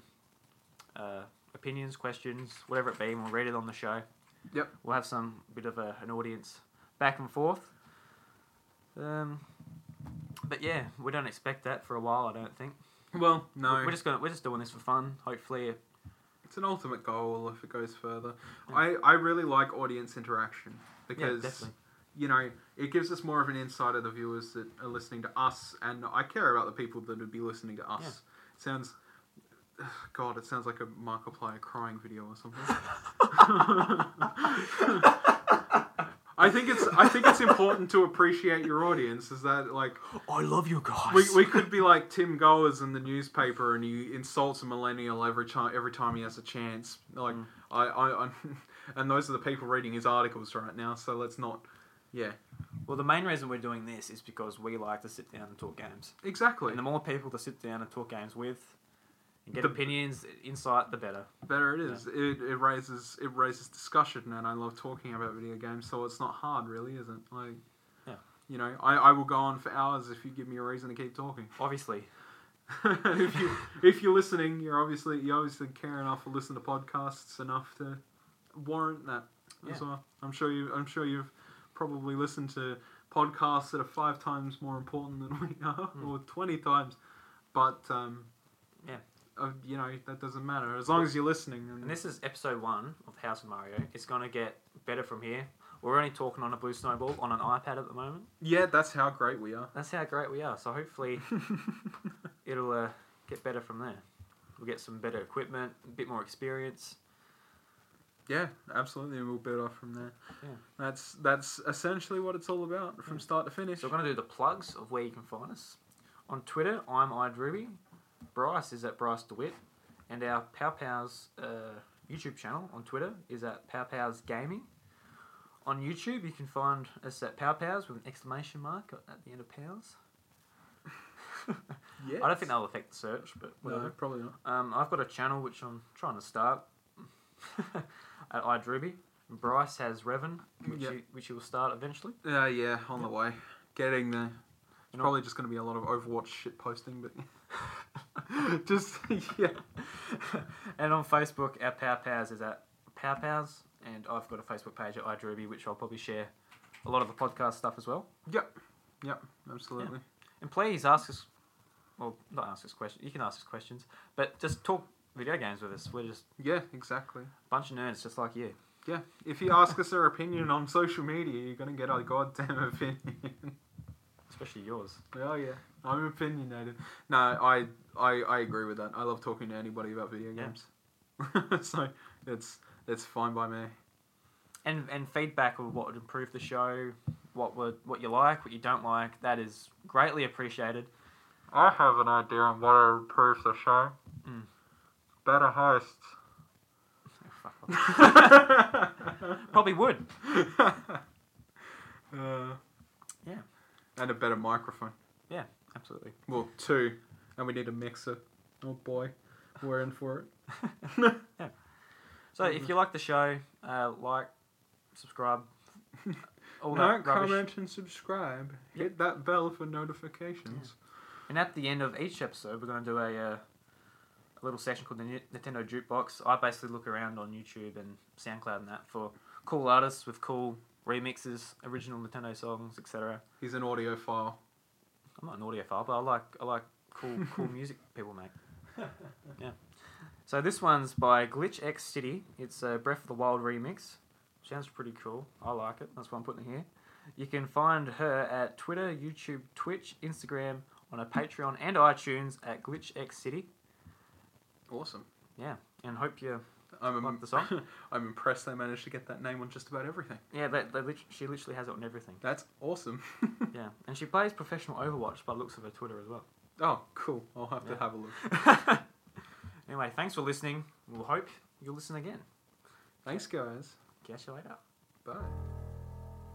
Speaker 2: uh, opinions, questions, whatever it be, and we'll read it on the show.
Speaker 3: Yep.
Speaker 2: We'll have some bit of a, an audience back and forth. Um, but yeah, we don't expect that for a while. I don't think.
Speaker 3: Well, no,
Speaker 2: We're just gonna we're just doing this for fun. Hopefully, it-
Speaker 3: it's an ultimate goal if it goes further.
Speaker 2: Yeah.
Speaker 3: I I really like audience interaction
Speaker 2: yeah,
Speaker 3: because.
Speaker 2: definitely.
Speaker 3: you know, it gives us more of an insight of the viewers that are listening to us, and I care about the people that would be listening to us.
Speaker 2: Yeah.
Speaker 3: It sounds, [sighs] God, it sounds like a Markiplier crying video or
Speaker 2: [laughs]
Speaker 3: something. [laughs] I think it's I think it's important to appreciate your audience. Is that like
Speaker 2: I love you guys.
Speaker 3: we, we could be like Tim Goers in the newspaper, and he insults a millennial every time every time he has a chance. Like
Speaker 2: Mm.
Speaker 3: I, I, [laughs] I, and those are the people reading his articles right now. So let's not, yeah,
Speaker 2: Well, the main reason we're doing this is because we like to sit down and talk games.
Speaker 3: exactly.
Speaker 2: And the more people to sit down and talk games with, and get
Speaker 3: The-
Speaker 2: opinions, insight, the better.
Speaker 3: better it is. It, it raises it raises discussion, and I love talking about video games, so it's not hard, really, is it? Like,
Speaker 2: Yeah.
Speaker 3: you know, I, I will go on for hours if you give me a reason to keep talking.
Speaker 2: Obviously,
Speaker 3: [laughs] if you if you're listening, you're obviously you obviously care enough to listen to podcasts enough to warrant that as
Speaker 2: Yeah.
Speaker 3: well. I'm sure you I'm sure you've probably listened to podcasts that are five times more important than we are, or twenty times, but um,
Speaker 2: Hmm. Yeah.
Speaker 3: uh, you know that doesn't matter as long as you're listening.
Speaker 2: and this is episode one of House of Mario. It's gonna get better from here. We're only talking on a blue snowball on an iPad at the moment.
Speaker 3: Yeah, that's how great we are. [laughs]
Speaker 2: That's how great we are. So hopefully, it'll uh, get better from there. We'll get some better equipment, a bit more experience.
Speaker 3: yeah, absolutely, and we'll build off from there.
Speaker 2: Yeah.
Speaker 3: That's that's essentially what it's all about from
Speaker 2: Yeah.
Speaker 3: start to finish.
Speaker 2: So we're going to do the plugs of where you can find us. On Twitter, I'm iDruby. Bryce is at Bryce DeWitt. And our Pow Pow's uh, YouTube channel on Twitter is at Pow Pow's Gaming. On YouTube, you can find us at Pow Pow's with an exclamation mark at- at the end of Pow's.
Speaker 3: Yes.
Speaker 2: I don't think that'll affect the search, but
Speaker 3: No,
Speaker 2: whatever.
Speaker 3: probably not.
Speaker 2: Um, I've got a channel which I'm trying to start [laughs] at iDruby. Bryce has Revan, which,
Speaker 3: Yep.
Speaker 2: he, which he will start eventually.
Speaker 3: Uh, yeah, on the way. Getting there. It's
Speaker 2: know-
Speaker 3: probably just going to be a lot of Overwatch shit posting, but [laughs] just yeah.
Speaker 2: and on Facebook, our Power Powers is at Power Powers, and I've got a Facebook page at iDruby, which I'll probably share a lot of the podcast stuff as well.
Speaker 3: Yep. Yep. Absolutely.
Speaker 2: And please ask us well, not ask us questions. You can ask us questions, but just talk video games with us. We're just
Speaker 3: Yeah, exactly.
Speaker 2: a bunch of nerds, just like you.
Speaker 3: Yeah, if you ask us our opinion on social media, you're gonna get our goddamn opinion. [laughs]
Speaker 2: Especially yours.
Speaker 3: Oh yeah, I'm opinionated. No, I, I I agree with that. I love talking to anybody about video
Speaker 2: Yeah.
Speaker 3: games. [laughs] so it's it's fine by me. [laughs]
Speaker 2: And and feedback of what would improve the show, what would what you like, what you don't like. That is greatly appreciated.
Speaker 3: I have an idea on what improves the show.
Speaker 2: Mm.
Speaker 3: Better hosts.
Speaker 2: Oh, fuck off. [laughs] Probably would.
Speaker 3: uh,
Speaker 2: Yeah.
Speaker 3: And a better microphone.
Speaker 2: Absolutely.
Speaker 3: Well, two, and we need a mixer. Oh boy, we're in for
Speaker 2: So if you like the show, uh, like, [laughs] subscribe, all
Speaker 3: it.
Speaker 2: that
Speaker 3: Like,
Speaker 2: rubbish.
Speaker 3: comment, and subscribe. Hit that bell for notifications.
Speaker 2: And at the end of each episode, we're going to do a, uh, a little section called the Ni- Nintendo Jukebox. I basically look around on YouTube and SoundCloud and that for cool artists with cool remixes, original Nintendo songs, etc.
Speaker 3: He's an audiophile.
Speaker 2: I'm not an audiophile, but I like I like cool cool music people make. Yeah. So this one's by Glitch X City. It's a Breath of the Wild remix. Sounds pretty cool. I like it. That's why I'm putting it here. You can find her at Twitter, YouTube, Twitch, Instagram, on her Patreon and iTunes at Glitch X City.
Speaker 3: Awesome.
Speaker 2: And hope you
Speaker 3: I'm
Speaker 2: Like the song?
Speaker 3: I'm impressed they managed to get that name on just about everything.
Speaker 2: yeah. They, they lit- she literally has it on everything.
Speaker 3: That's awesome.
Speaker 2: Yeah. And she plays professional Overwatch by the looks of her Twitter as well.
Speaker 3: oh, cool. I'll have
Speaker 2: Yeah.
Speaker 3: to have
Speaker 2: [laughs]
Speaker 3: a look.
Speaker 2: anyway, thanks for listening. We'll hope you'll listen again.
Speaker 3: Thanks, guys.
Speaker 2: Catch you later.
Speaker 3: Bye.